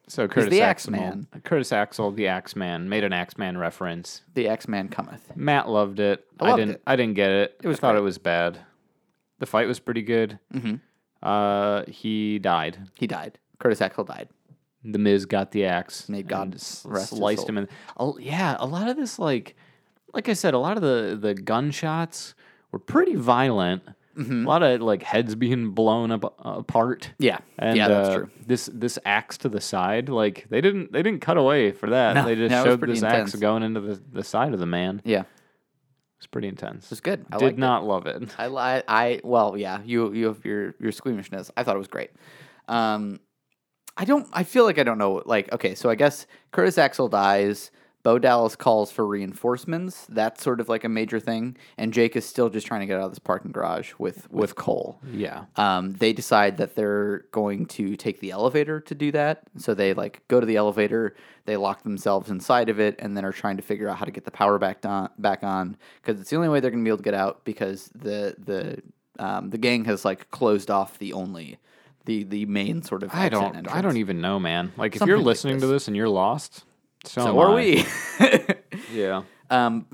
Speaker 1: So Curtis
Speaker 2: the
Speaker 1: Axel,
Speaker 2: Axeman.
Speaker 1: Curtis Axel, the Axeman, made an Axeman reference.
Speaker 2: the Axe Man cometh.
Speaker 1: Matt loved it. I,
Speaker 2: loved
Speaker 1: didn't.
Speaker 2: it.
Speaker 1: I didn't get it. It was thought it was bad. The fight was pretty good.
Speaker 2: Mm-hmm.
Speaker 1: Uh, he died.
Speaker 2: He died. Curtis Axel died.
Speaker 1: The Miz got the axe.
Speaker 2: May God
Speaker 1: and s-
Speaker 2: rest his
Speaker 1: sliced
Speaker 2: soul.
Speaker 1: him in. Oh, yeah, a lot of this, like, like I said, a lot of the the gunshots were pretty violent. A lot of like heads being blown up, apart.
Speaker 2: Mm-hmm. Yeah.
Speaker 1: And,
Speaker 2: Yeah, that's
Speaker 1: uh,
Speaker 2: true.
Speaker 1: This this axe to the side, like they didn't they didn't cut away for that.
Speaker 2: No,
Speaker 1: they just
Speaker 2: no, it was
Speaker 1: showed
Speaker 2: pretty
Speaker 1: this
Speaker 2: intense.
Speaker 1: axe going into the, the side of the man.
Speaker 2: Yeah, it
Speaker 1: It's pretty intense.
Speaker 2: was good. I
Speaker 1: Did
Speaker 2: liked it.
Speaker 1: not love it.
Speaker 2: I, li- I well, yeah, you you have your your squeamishness. I thought it was great. Um, I don't. I feel like I don't know. Like, okay, so I guess Curtis Axel dies. Bo Dallas calls for reinforcements. That's sort of like a major thing. And Jake is still just trying to get out of this parking garage with with Cole.
Speaker 1: Yeah.
Speaker 2: Um, they decide that they're going to take the elevator to do that. So they like go to the elevator, they lock themselves inside of it, and then are trying to figure out how to get the power back on back on because it's the only way they're gonna be able to get out because the the um, the gang has like closed off the only the the main sort of
Speaker 1: I
Speaker 2: exit
Speaker 1: don't I
Speaker 2: entrance.
Speaker 1: don't even know, man. Like if
Speaker 2: Something
Speaker 1: you're
Speaker 2: like
Speaker 1: listening to
Speaker 2: this.
Speaker 1: this and you're lost, so,
Speaker 2: so
Speaker 1: am
Speaker 2: are
Speaker 1: I.
Speaker 2: we.
Speaker 1: [LAUGHS] Yeah.
Speaker 2: [LAUGHS] Um,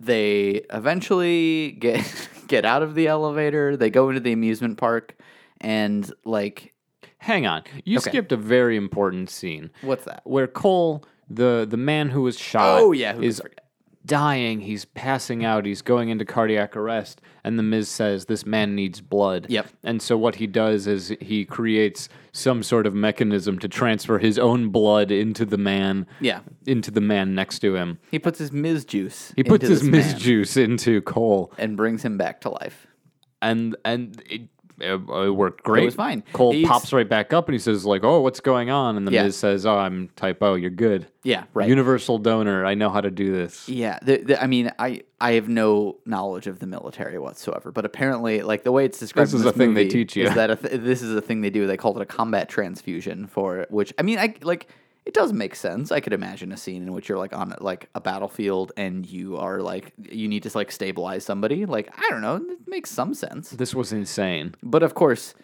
Speaker 2: they eventually get [LAUGHS] get out of the elevator. They go into the amusement park, and like,
Speaker 1: Hang on. You
Speaker 2: Okay.
Speaker 1: skipped a very important scene
Speaker 2: what's that?
Speaker 1: where Cole, the the man who was shot,
Speaker 2: Oh yeah, who could
Speaker 1: is
Speaker 2: forget?
Speaker 1: dying. He's passing out. He's going into cardiac arrest. And the Miz says this man needs blood.
Speaker 2: Yep.
Speaker 1: And so what he does is he creates some sort of mechanism to transfer his own blood into the man.
Speaker 2: Yeah.
Speaker 1: Into the man next to him.
Speaker 2: He puts his Miz juice.
Speaker 1: He puts his Miz
Speaker 2: man
Speaker 1: juice into Cole.
Speaker 2: and brings him back to life.
Speaker 1: and and it, it, it worked great.
Speaker 2: fine.
Speaker 1: Cole
Speaker 2: He's-
Speaker 1: pops right back up and he says like, "Oh, what's going on?" And the
Speaker 2: Yeah.
Speaker 1: Miz says, "Oh, I'm typo. You're good.
Speaker 2: Yeah, right.
Speaker 1: Universal donor. I know how to do this."
Speaker 2: yeah, the, the, I mean, I I have no knowledge of the military whatsoever, but apparently, like the way it's described,
Speaker 1: This
Speaker 2: in
Speaker 1: is a thing they
Speaker 2: movie
Speaker 1: teach you.
Speaker 2: Is that a th- this is a thing they do? They call it a combat transfusion for which I mean, I like it does make sense. I could imagine a scene in which you're like on like a battlefield and you are like you need to like stabilize somebody. Like I don't know, it makes some sense.
Speaker 1: This was insane.
Speaker 2: But of course,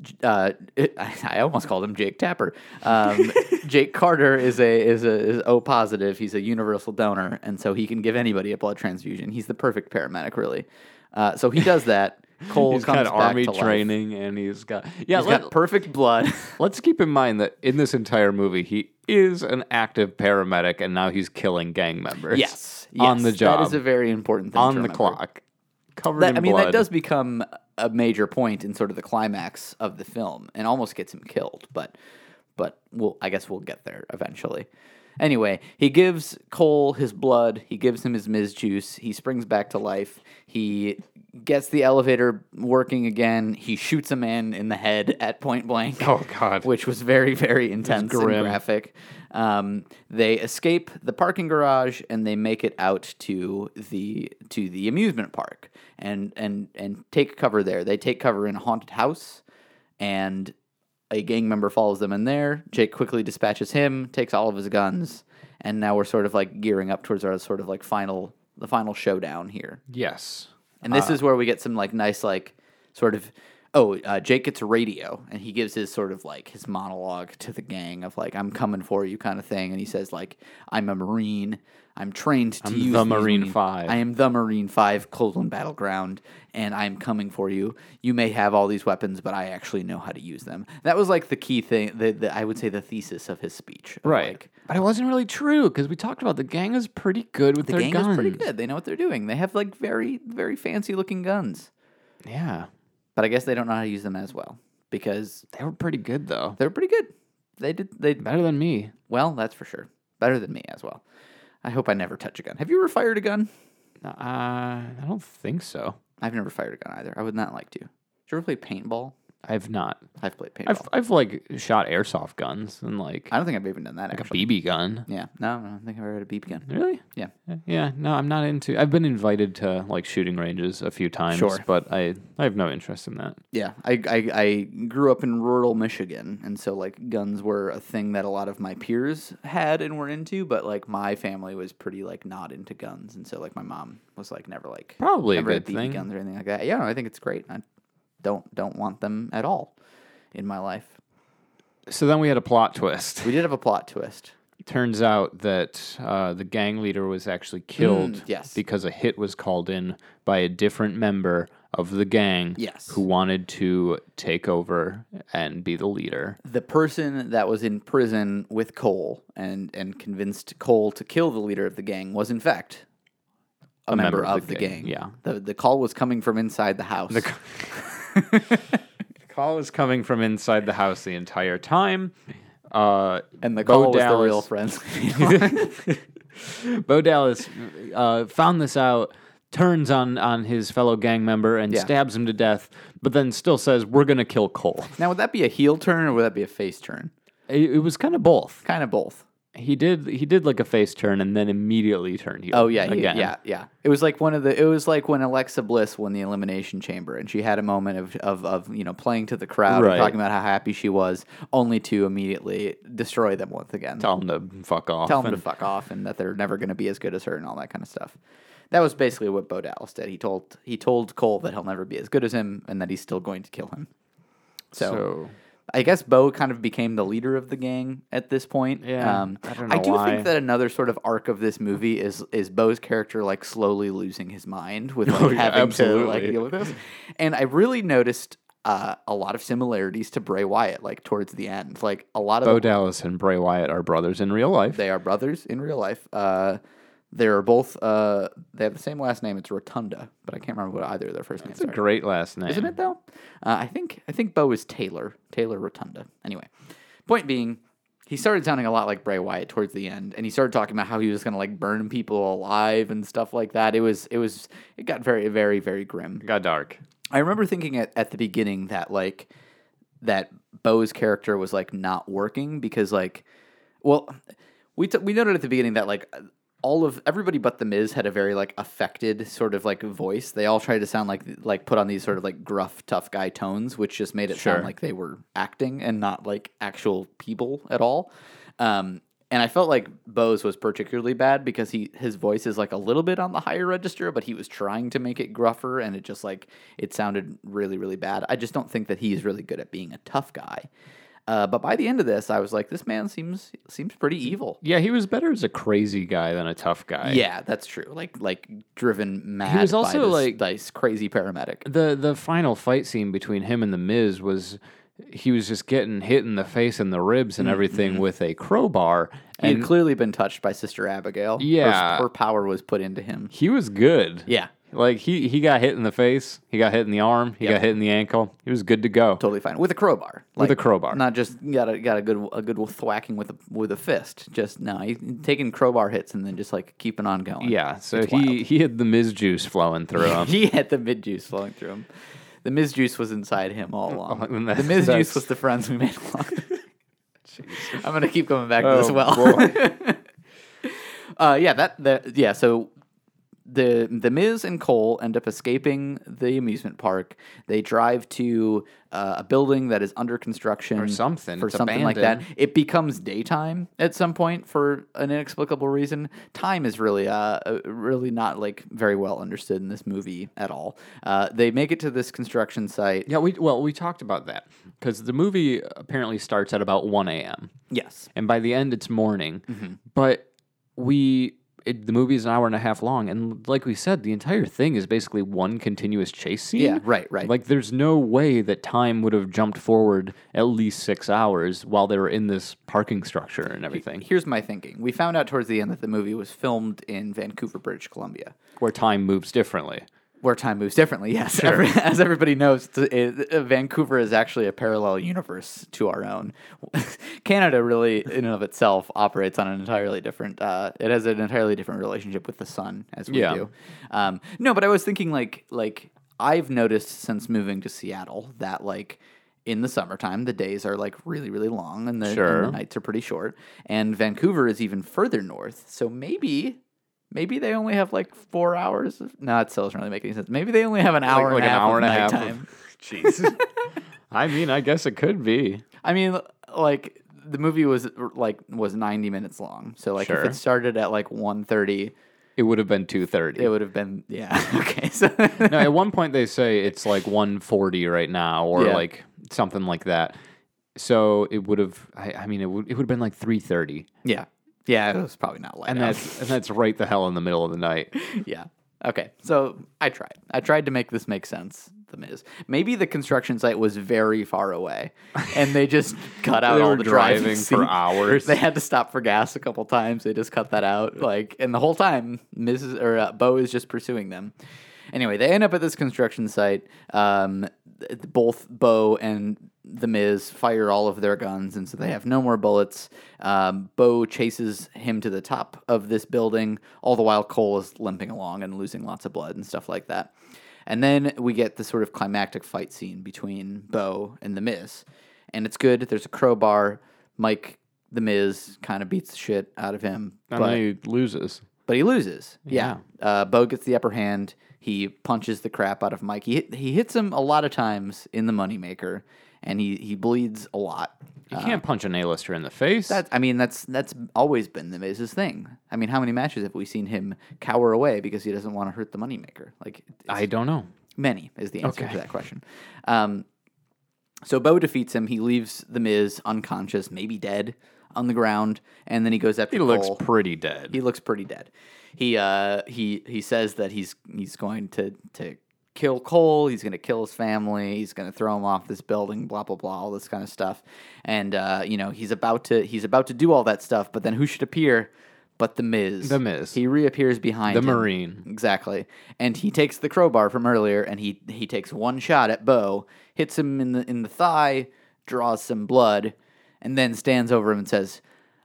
Speaker 2: J- uh, it, [LAUGHS] I almost called him Jake Tapper.
Speaker 1: [LAUGHS]
Speaker 2: Um, Jake Carter is a is a is O positive. He's a universal donor, and so he can give anybody a blood transfusion. He's the perfect paramedic, really. Uh, so he
Speaker 1: [LAUGHS]
Speaker 2: does that. Cole
Speaker 1: He's
Speaker 2: comes
Speaker 1: got
Speaker 2: back
Speaker 1: army
Speaker 2: to life.
Speaker 1: training and he's got yeah.
Speaker 2: He's
Speaker 1: let,
Speaker 2: got perfect blood. [LAUGHS]
Speaker 1: let's keep in mind that in this entire movie, he is an active paramedic and now he's killing gang members.
Speaker 2: yes,
Speaker 1: on
Speaker 2: yes,
Speaker 1: the job,
Speaker 2: That is a very important thing.
Speaker 1: on
Speaker 2: to
Speaker 1: the
Speaker 2: remember.
Speaker 1: clock, covered
Speaker 2: That-
Speaker 1: in
Speaker 2: I mean,
Speaker 1: blood.
Speaker 2: that does become a major point in sort of the climax of the film, and almost gets him killed. But, but we'll, I guess we'll get there eventually. Anyway, he gives Cole his blood. He gives him his Miz juice. He springs back to life. He gets the elevator working again. He shoots a man in the head at point blank
Speaker 1: Oh God.
Speaker 2: which was very very intense and
Speaker 1: grim.
Speaker 2: graphic. Um, they escape the parking garage and they make it out to the to the amusement park and and and take cover there. They take cover in a haunted house and a gang member follows them in there. Jake quickly dispatches him, takes all of his guns, and now we're sort of like gearing up towards our sort of like final the final showdown here.
Speaker 1: yes. Uh,
Speaker 2: And this is where we get some like nice like sort of oh, uh, Jake gets a radio and he gives his sort of like his monologue to the gang of like, I'm coming for you kind of thing. And he says, like, I'm a Marine. I'm trained to
Speaker 1: I'm
Speaker 2: use
Speaker 1: the
Speaker 2: these
Speaker 1: Marine
Speaker 2: means.
Speaker 1: Five.
Speaker 2: I am the Marine Five, Coldland Battleground, and I'm coming for you. You may have all these weapons, but I actually know how to use them. That was like the key thing. The, the I would say the thesis of his speech. of,
Speaker 1: Right.
Speaker 2: like,
Speaker 1: but it wasn't really true because we talked about the gang is pretty good with
Speaker 2: the
Speaker 1: their
Speaker 2: gang
Speaker 1: guns.
Speaker 2: is pretty good. They know what they're doing. They have like very, very fancy looking guns.
Speaker 1: Yeah.
Speaker 2: But I guess they don't know how to use them as well because
Speaker 1: They were pretty good though.
Speaker 2: they're pretty good. They did they
Speaker 1: Better than me.
Speaker 2: well, that's for sure. Better than me as well. I hope I never touch a gun. Have you ever fired a gun?
Speaker 1: Uh, I don't think so.
Speaker 2: I've never fired a gun either. I would not like to. Did you ever play paintball?
Speaker 1: I've not.
Speaker 2: I've played paintball.
Speaker 1: I've I've like shot airsoft guns and like
Speaker 2: I don't think I've even done that
Speaker 1: like a
Speaker 2: actually.
Speaker 1: BB gun.
Speaker 2: yeah. No, I don't think I've ever had a BB gun.
Speaker 1: Really?
Speaker 2: Yeah.
Speaker 1: Yeah. No, I'm not into. I've been invited to like shooting ranges a few times,
Speaker 2: Sure.
Speaker 1: but I I have no interest in that.
Speaker 2: Yeah. I, I I grew up in rural Michigan and so like guns were a thing that a lot of my peers had and were into, but like my family was pretty like not into guns and so like my mom was like never like
Speaker 1: Probably a
Speaker 2: never
Speaker 1: good
Speaker 2: had BB
Speaker 1: thing.
Speaker 2: guns or anything like that. Yeah, no, I think it's great. I don't don't want them at all in my life.
Speaker 1: So then we had a plot twist.
Speaker 2: We did have a plot twist.
Speaker 1: Turns out that uh, the gang leader was actually killed
Speaker 2: Mm, yes.
Speaker 1: because a hit was called in by a different member of the gang
Speaker 2: Yes.
Speaker 1: who wanted to take over and be the leader.
Speaker 2: The person that was in prison with Cole and and convinced Cole to kill the leader of the gang was in fact a, member, of, the, gang.
Speaker 1: yeah.
Speaker 2: The the call was coming from inside the house.
Speaker 1: The call was coming from inside the house the entire time. Uh,
Speaker 2: and the
Speaker 1: Bo
Speaker 2: call was the
Speaker 1: Dallas-
Speaker 2: real [LAUGHS] friends.
Speaker 1: Bo Dallas uh, found this out, turns on on his fellow gang member and
Speaker 2: Yeah.
Speaker 1: stabs him to death, but then still says, "We're gonna kill Cole."
Speaker 2: now would that be a heel turn or would that be a face turn?
Speaker 1: It, it was kind of both.
Speaker 2: Kind of both.
Speaker 1: He did he did like a face turn and then immediately turned heel.
Speaker 2: Oh yeah, he-
Speaker 1: again.
Speaker 2: yeah, yeah. It was like one of the. It was like when Alexa Bliss won the Elimination Chamber, and she had a moment of of, of you know playing to the crowd,
Speaker 1: Right.
Speaker 2: and talking about how happy she was, only to immediately destroy them once again.
Speaker 1: Tell him to fuck off.
Speaker 2: Tell them to
Speaker 1: and-
Speaker 2: fuck off, and that they're never going to be as good as her, and all that kind of stuff. That was basically what Bo Dallas did. He told he told Cole that he'll never be as good as him, and that he's still going to kill him. So,
Speaker 1: So-
Speaker 2: I guess Bo kind of became the leader of the gang at this point.
Speaker 1: Yeah,
Speaker 2: um,
Speaker 1: I don't
Speaker 2: I
Speaker 1: know
Speaker 2: do
Speaker 1: why.
Speaker 2: think that another sort of arc of this movie is is Bo's character like slowly losing his mind
Speaker 1: [LAUGHS]
Speaker 2: with like
Speaker 1: Oh, yeah,
Speaker 2: having to like
Speaker 1: absolutely.
Speaker 2: deal with this, and I really noticed. Uh, a lot of similarities to Bray Wyatt, like towards the end, like a lot of
Speaker 1: Bo
Speaker 2: the
Speaker 1: Dallas and Bray Wyatt are brothers in real life.
Speaker 2: they are brothers in real life. Uh, they're both. Uh, they have the same last name. It's Rotunda, but I can't remember what either of their first names
Speaker 1: It's a
Speaker 2: are.
Speaker 1: great last name,
Speaker 2: Isn't it though? Uh, I think I think Bo is Taylor. Taylor Rotunda. Anyway, point being, he started sounding a lot like Bray Wyatt towards the end, and he started talking about how he was gonna like burn people alive and stuff like that. It was it was it got very very very grim.
Speaker 1: It got dark.
Speaker 2: I remember thinking at, at the beginning that like that Bo's character was like not working because like well we t- we noted at the beginning that like all of everybody but the Miz had a very like affected sort of like voice. They all tried to sound like like put on these sort of like gruff tough guy tones, which just made it sound
Speaker 1: Sure.
Speaker 2: like they were acting and not like actual people at all. Um, and I felt like Bose was particularly bad because he his voice is like a little bit on the higher register, but he was trying to make it gruffer, and it just like it sounded really really bad. I just don't think that he's really good at being a tough guy. Uh, but by the end of this, I was like, this man seems seems pretty evil.
Speaker 1: Yeah, he was better as a crazy guy than a tough guy.
Speaker 2: Yeah, that's true. Like like driven mad.
Speaker 1: was
Speaker 2: by
Speaker 1: also,
Speaker 2: this-
Speaker 1: like-
Speaker 2: this crazy paramedic.
Speaker 1: the the final fight scene between him and the Miz was he was just getting hit in the face and the ribs and
Speaker 2: Mm-hmm.
Speaker 1: everything with a crowbar
Speaker 2: He
Speaker 1: and
Speaker 2: had clearly been touched by Sister Abigail. Her-
Speaker 1: Yeah.
Speaker 2: her, power was put into him.
Speaker 1: he was good.
Speaker 2: Yeah,
Speaker 1: Like he he got hit in the face, he got hit in the arm, he got hit in the ankle. He was good to go.
Speaker 2: totally fine with a crowbar.
Speaker 1: With a
Speaker 2: Like,
Speaker 1: crowbar.
Speaker 2: not just got a got a good a good thwacking with a with a fist. Just no, he, taking crowbar hits and then just like keeping on going.
Speaker 1: Yeah, so
Speaker 2: It's
Speaker 1: he
Speaker 2: wild.
Speaker 1: he had the Miz juice flowing through
Speaker 2: [LAUGHS]
Speaker 1: him.
Speaker 2: he had the mid juice flowing through him. The Miz juice was inside him all along.
Speaker 1: Oh, and
Speaker 2: the
Speaker 1: that-
Speaker 2: Miz juice
Speaker 1: that's-
Speaker 2: was the friends we made
Speaker 1: [LAUGHS]
Speaker 2: along. I'm gonna [LAUGHS] keep coming back to this.
Speaker 1: Oh,
Speaker 2: Well,
Speaker 1: boy.
Speaker 2: uh, yeah, that, that yeah. So the the Miz and Cole end up escaping the amusement park. They drive to uh, a building that is under construction or
Speaker 1: something.
Speaker 2: for
Speaker 1: It's
Speaker 2: something like that. It becomes daytime at some point for an inexplicable reason. Time is really uh uh, really not like very well understood in this movie at all. Uh, they make it to this construction site.
Speaker 1: Yeah, we well we talked about that because the movie apparently starts at about one a.m.
Speaker 2: Yes.
Speaker 1: and by the end it's morning.
Speaker 2: Mm-hmm.
Speaker 1: But we it, the movie is an hour and a half long, and like we said, the entire thing is basically one continuous chase scene.
Speaker 2: Yeah, right, right.
Speaker 1: Like there's no way that time would have jumped forward at least six hours while they were in this parking structure and everything,
Speaker 2: Here's my thinking. We found out towards the end that the movie was filmed in Vancouver, British Columbia.
Speaker 1: where time moves differently.
Speaker 2: where time moves differently. [LAUGHS] Yes, Every- as everybody knows, t- it, uh, Vancouver is actually a parallel universe to our own. [LAUGHS] Canada really, in and of itself, operates on an entirely different. Uh, it has an entirely different relationship with the sun as we
Speaker 1: Yeah.
Speaker 2: do. Um, no, but I was thinking like like I've noticed since moving to Seattle that like. In the summertime, the days are like really, really long, and the, and the
Speaker 1: Sure.
Speaker 2: nights are pretty short. And Vancouver is even further north, so maybe Maybe they only have like four hours. Of, no, it still doesn't really make any sense. Maybe they only have an hour and a half. of nighttime. [LAUGHS]
Speaker 1: Jeez. [LAUGHS] I mean, I guess it could be.
Speaker 2: I mean, like the movie was like was ninety minutes long. So like
Speaker 1: Sure.
Speaker 2: if it started at like one thirty,
Speaker 1: It would have been two thirty.
Speaker 2: it would have been yeah. [LAUGHS] Okay, so
Speaker 1: no, at one point they say it's like 140 right now or
Speaker 2: Yeah.
Speaker 1: like something like that. So it would have I, I mean it would it would have been like 3:30
Speaker 2: yeah, yeah, it was probably not light.
Speaker 1: and
Speaker 2: out.
Speaker 1: that's and that's right the hell in the middle of the
Speaker 2: [LAUGHS]
Speaker 1: night.
Speaker 2: yeah. Okay, so I tried. I tried to make this make sense. The Miz. Maybe the construction site was very far away, and they just cut out
Speaker 1: They
Speaker 2: all
Speaker 1: were
Speaker 2: the
Speaker 1: driving
Speaker 2: driving
Speaker 1: for
Speaker 2: [LAUGHS] scenes.
Speaker 1: hours.
Speaker 2: They had to stop for gas a couple times. They just cut that out. Like, and the whole time, Mrs. or uh, Bo is just pursuing them. Anyway, they end up at this construction site. Um, th- both Bo and the Miz fire all of their guns, and so they have no more bullets. Um, Bo chases him to the top of this building, all the while Cole is limping along and losing lots of blood and stuff like that. And then we get the sort of climactic fight scene between Bo and the Miz, and it's good. There's a crowbar. Mike the Miz kind of beats the shit out of him,
Speaker 1: And he loses.
Speaker 2: but he loses. Yeah. Uh, Bo gets the upper hand. He punches the crap out of Mike. He, he hits him a lot of times in the Moneymaker, and he, he bleeds a lot.
Speaker 1: You can't punch an A-lister in the face.
Speaker 2: That I mean, Uh, that's that's always been the Miz's thing. I mean, how many matches have we seen him cower away because he doesn't want to hurt the Moneymaker? Like it's
Speaker 1: I don't know.
Speaker 2: many is the answer
Speaker 1: Okay.
Speaker 2: to that question. Um, so Bo defeats him. He leaves the Miz unconscious, maybe dead on the ground, and then he goes after.
Speaker 1: He looks
Speaker 2: Cole.
Speaker 1: pretty dead.
Speaker 2: He looks pretty dead. He uh he he says that he's he's going to to kill Cole. He's going to kill his family. He's going to throw him off this building. Blah blah blah. All this kind of stuff. And uh, you know he's about to he's about to do all that stuff. But then who should appear? But the Miz.
Speaker 1: The Miz.
Speaker 2: He reappears behind
Speaker 1: the
Speaker 2: him.
Speaker 1: Marine.
Speaker 2: Exactly. And he takes the crowbar from earlier and he he takes one shot at Bo, hits him in the in the thigh, draws some blood, and then stands over him and says,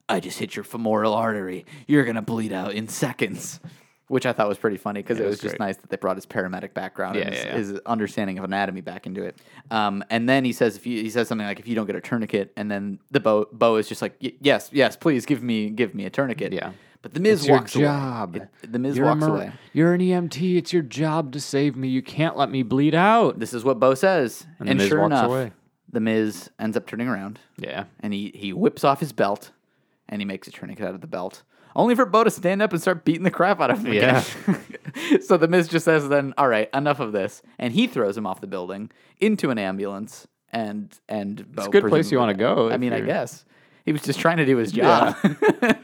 Speaker 2: "I just hit your femoral artery. You're going to bleed out in seconds." Which I thought was pretty funny because it was, just nice that they brought his paramedic background and
Speaker 1: Yeah,
Speaker 2: his,
Speaker 1: yeah, yeah.
Speaker 2: his understanding of anatomy back into it. Um, and then he says, if you, he says something like, "If you don't get a tourniquet," and then the Bo Bo is just like, "Y- "Yes, yes, please give me give me a tourniquet."
Speaker 1: Yeah.
Speaker 2: But the Miz
Speaker 1: It's your
Speaker 2: walks
Speaker 1: job.
Speaker 2: away. It- the Miz
Speaker 1: You're a
Speaker 2: walks
Speaker 1: Mar-
Speaker 2: away.
Speaker 1: You're an EMT. It's your job to save me. You can't let me bleed out.
Speaker 2: This is what Bo says.
Speaker 1: And
Speaker 2: And,
Speaker 1: the Miz
Speaker 2: sure
Speaker 1: walks
Speaker 2: enough,
Speaker 1: away.
Speaker 2: the Miz ends up turning around
Speaker 1: Yeah.
Speaker 2: and he, he whips off his belt and he makes a tourniquet out of the belt. Only for Bo to stand up and start beating the crap out of him again. [LAUGHS] so the Miz just says then, all right, enough of this. And he throws him off the building into an ambulance and and Bo
Speaker 1: It's a good place you
Speaker 2: presumably-
Speaker 1: want to go.
Speaker 2: I
Speaker 1: if
Speaker 2: mean, I
Speaker 1: you're-
Speaker 2: guess. He was just trying to do his job. [LAUGHS]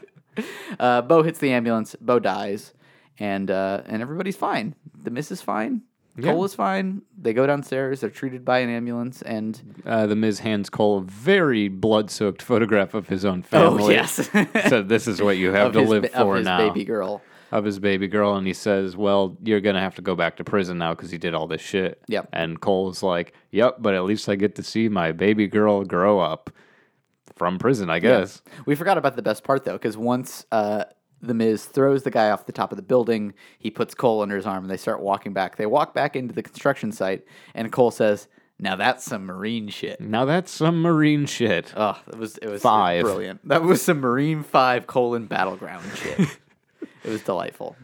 Speaker 2: uh, Bo hits the ambulance. Bo dies. And uh, and everybody's fine. The miss is fine. Cole is fine. They go downstairs. They're treated by an ambulance. And
Speaker 1: Uh, the Miz hands Cole a very blood-soaked photograph of
Speaker 2: Oh,
Speaker 1: his own family.
Speaker 2: [LAUGHS]
Speaker 1: so this is what you have
Speaker 2: of
Speaker 1: to
Speaker 2: his,
Speaker 1: live
Speaker 2: ba-
Speaker 1: for
Speaker 2: of his
Speaker 1: now.
Speaker 2: baby girl.
Speaker 1: Of his baby girl, and he says, "Well, you're gonna have to go back to prison now because he did all this shit."
Speaker 2: Yep.
Speaker 1: And Cole's like, "Yep, but at least I get to see my baby girl grow up from prison, I guess."
Speaker 2: We forgot about the best part though, because once uh, the Miz throws the guy off the top of the building, he puts Cole under his arm, and they start walking back. They walk back into the construction site, and Cole says, "Now that's some marine shit."
Speaker 1: Now that's some marine shit.
Speaker 2: Oh, it was it was
Speaker 1: Five. [LAUGHS]
Speaker 2: brilliant. That was some Marine Five colon battleground shit. it was delightful.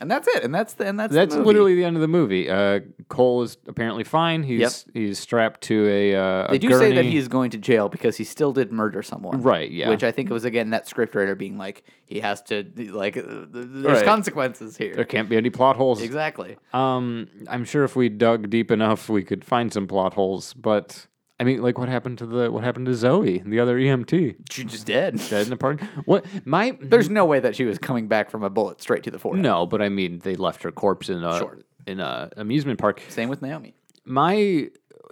Speaker 2: And that's it. And that's the and that's the
Speaker 1: That's
Speaker 2: movie.
Speaker 1: literally the end of the movie. Uh, Cole is apparently fine. He's he's strapped to a. Uh, a
Speaker 2: They do say that
Speaker 1: gurney.
Speaker 2: he's going to jail because he still did murder someone.
Speaker 1: Right, yeah.
Speaker 2: Which I think was again that scriptwriter being like, he has to like, uh, th- there's
Speaker 1: Right.
Speaker 2: consequences here.
Speaker 1: There can't be any plot holes.
Speaker 2: Exactly.
Speaker 1: Um, I'm sure if we dug deep enough, we could find some plot holes. But I mean, like, what happened to the what happened to Zoe, the other EMT,
Speaker 2: She just dead.
Speaker 1: [LAUGHS] dead in the park? What my
Speaker 2: There's no way that she was coming back from a bullet straight to the forehead.
Speaker 1: no, but I mean, they left her corpse in a
Speaker 2: Sure.
Speaker 1: in a amusement park.
Speaker 2: Same with Naomi.
Speaker 1: my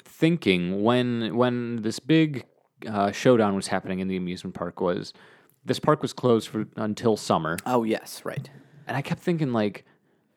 Speaker 1: thinking when when this big uh, showdown was happening in the amusement park was this park was closed for until summer,
Speaker 2: Oh yes, right.
Speaker 1: and I kept thinking like,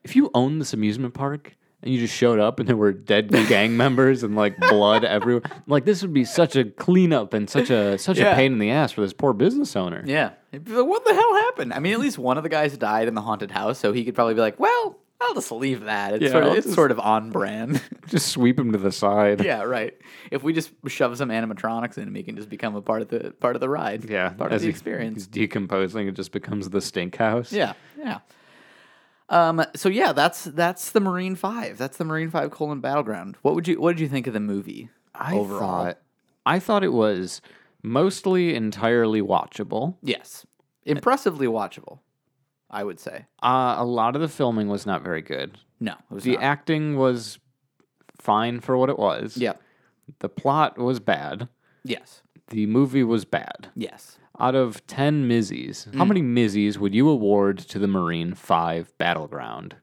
Speaker 1: if you own this amusement park and you just showed up and there were [LAUGHS] dead gang members and like blood everywhere, like this would be such a cleanup and such a such
Speaker 2: Yeah.
Speaker 1: a pain in the ass for this poor business owner.
Speaker 2: Yeah. It'd be like, What the hell happened? I mean, at least one of the guys died in the haunted house, so he could probably be like, well, I'll just leave that. It's,
Speaker 1: Yeah,
Speaker 2: sort, of,
Speaker 1: I'll
Speaker 2: it's
Speaker 1: just-
Speaker 2: sort of on
Speaker 1: [LAUGHS]
Speaker 2: brand.
Speaker 1: Just sweep him to the side.
Speaker 2: yeah, right. If we just shove some animatronics in him, he can just become a part of the part of the
Speaker 1: [LAUGHS]
Speaker 2: ride.
Speaker 1: Yeah,
Speaker 2: part of
Speaker 1: as
Speaker 2: the
Speaker 1: he-
Speaker 2: experience.
Speaker 1: He's decomposing. It just becomes the stink house.
Speaker 2: Yeah, yeah. Um, so yeah, that's that's the Marine Five. That's the Marine Five colon battleground. What would you what did you think of the movie
Speaker 1: I
Speaker 2: overall?
Speaker 1: thought I thought it was mostly entirely watchable.
Speaker 2: yes, impressively watchable. I would say
Speaker 1: Uh, a lot of the filming was not very good.
Speaker 2: no. It was
Speaker 1: The
Speaker 2: not.
Speaker 1: acting was fine for what it was.
Speaker 2: yeah.
Speaker 1: The plot was bad.
Speaker 2: Yes.
Speaker 1: The movie was bad.
Speaker 2: Yes.
Speaker 1: Out of 10 Mizzies, how
Speaker 2: Hmm.
Speaker 1: many Mizzies would you award to the Marine 5 Battleground?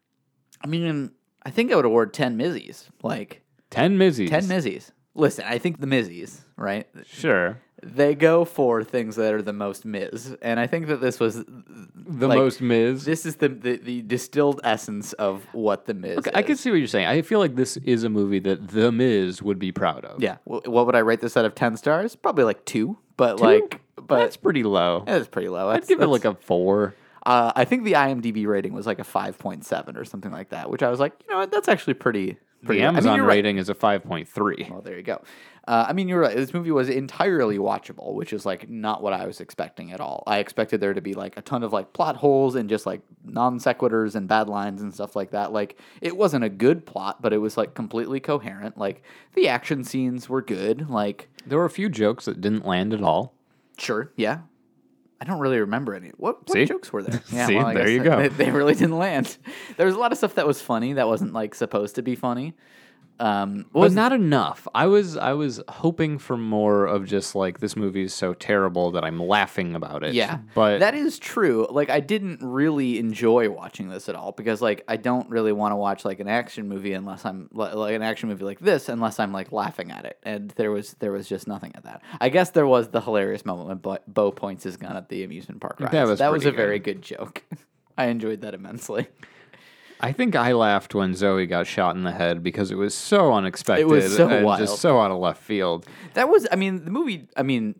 Speaker 2: I mean, I think I would award ten Mizzies. Like
Speaker 1: 10 Mizzies.
Speaker 2: ten Mizzies. Listen, I think the Mizzies, right?
Speaker 1: Sure.
Speaker 2: They go for things that are the most Miz, and I think that this was
Speaker 1: The
Speaker 2: Like,
Speaker 1: most Miz.
Speaker 2: this is the the, the distilled essence of what the Miz.
Speaker 1: I
Speaker 2: is.
Speaker 1: can see what you're saying. I feel like this is a movie that The Miz would be proud of.
Speaker 2: Yeah. Wh- What would I rate this out of 10 stars? Probably like two, but like, but
Speaker 1: That's pretty low.
Speaker 2: yeah, that's pretty low.
Speaker 1: I'd give it like a four.
Speaker 2: uh, I think the IMDb rating was like a 5.7 or something like that, which I was like, you know what? That's actually pretty, pretty
Speaker 1: The
Speaker 2: low. I mean,
Speaker 1: Amazon
Speaker 2: you're right.
Speaker 1: rating is a 5.3.
Speaker 2: Well, there you go. Uh, I mean, you're right. This movie was entirely watchable, which is like not what I was expecting at all. I expected there to be like a ton of like plot holes and just like non sequiturs and bad lines and stuff like that. Like it wasn't a good plot, but it was like completely coherent. Like the action scenes were good. Like
Speaker 1: There were a few jokes that didn't land at all.
Speaker 2: Sure. Yeah. I don't really remember any. What, what
Speaker 1: See?
Speaker 2: jokes
Speaker 1: [LAUGHS]
Speaker 2: were there?
Speaker 1: See?
Speaker 2: I
Speaker 1: There
Speaker 2: guess
Speaker 1: you go.
Speaker 2: They, they really didn't land. [LAUGHS] There was a lot of stuff that was funny that wasn't like supposed to be funny. Um,
Speaker 1: Was not enough. I was I was hoping for more of just like this movie is so terrible that I'm laughing about it.
Speaker 2: yeah,
Speaker 1: but
Speaker 2: that is true. Like, I didn't really enjoy watching this at all because, like, I don't really want to watch like an action movie unless I'm li- like an action movie like this unless I'm like laughing at it. And there was there was just nothing at that. I guess there was the hilarious moment when Bo, Bo points his gun at the amusement park. Rides.
Speaker 1: was
Speaker 2: that was a
Speaker 1: pretty
Speaker 2: very good joke. [LAUGHS] I enjoyed that immensely.
Speaker 1: I think I laughed when Zoe got shot in the head because it was so unexpected.
Speaker 2: so
Speaker 1: and
Speaker 2: wild.
Speaker 1: just so out of left field.
Speaker 2: That was, I mean, the movie. I mean,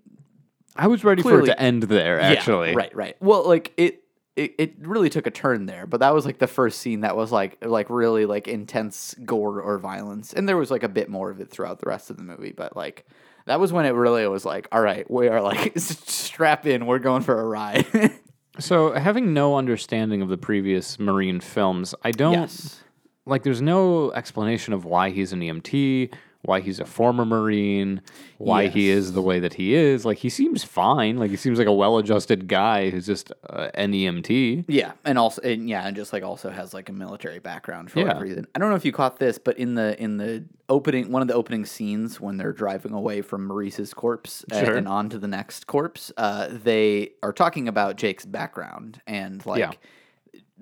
Speaker 1: I was ready
Speaker 2: Clearly-
Speaker 1: for it to end there.
Speaker 2: yeah,
Speaker 1: Actually,
Speaker 2: right, right. Well, like it, it, it really took a turn there. But that was like the first scene that was like, like really like intense gore or violence, and there was like a bit more of it throughout the rest of the movie. But like, that was when it really was like, all right, we are like [LAUGHS] strap in, we're going for a ride. [LAUGHS]
Speaker 1: So having no understanding of the previous Marine films, I don't
Speaker 2: yes,
Speaker 1: like. There's no explanation of why he's an EMT. Why he's a former Marine, why he
Speaker 2: Yes.
Speaker 1: is the way that he is. Like, he seems fine. Like, he seems like a well adjusted guy who's just uh, an EMT.
Speaker 2: yeah, and also, and yeah, and just like also has like a military background for
Speaker 1: Yeah.
Speaker 2: whatever reason. I don't know if you caught this, but in the in the opening, one of the opening scenes when they're driving away from Maurice's corpse uh,
Speaker 1: Sure.
Speaker 2: and on to the next corpse, uh, they are talking about Jake's background and like.
Speaker 1: Yeah.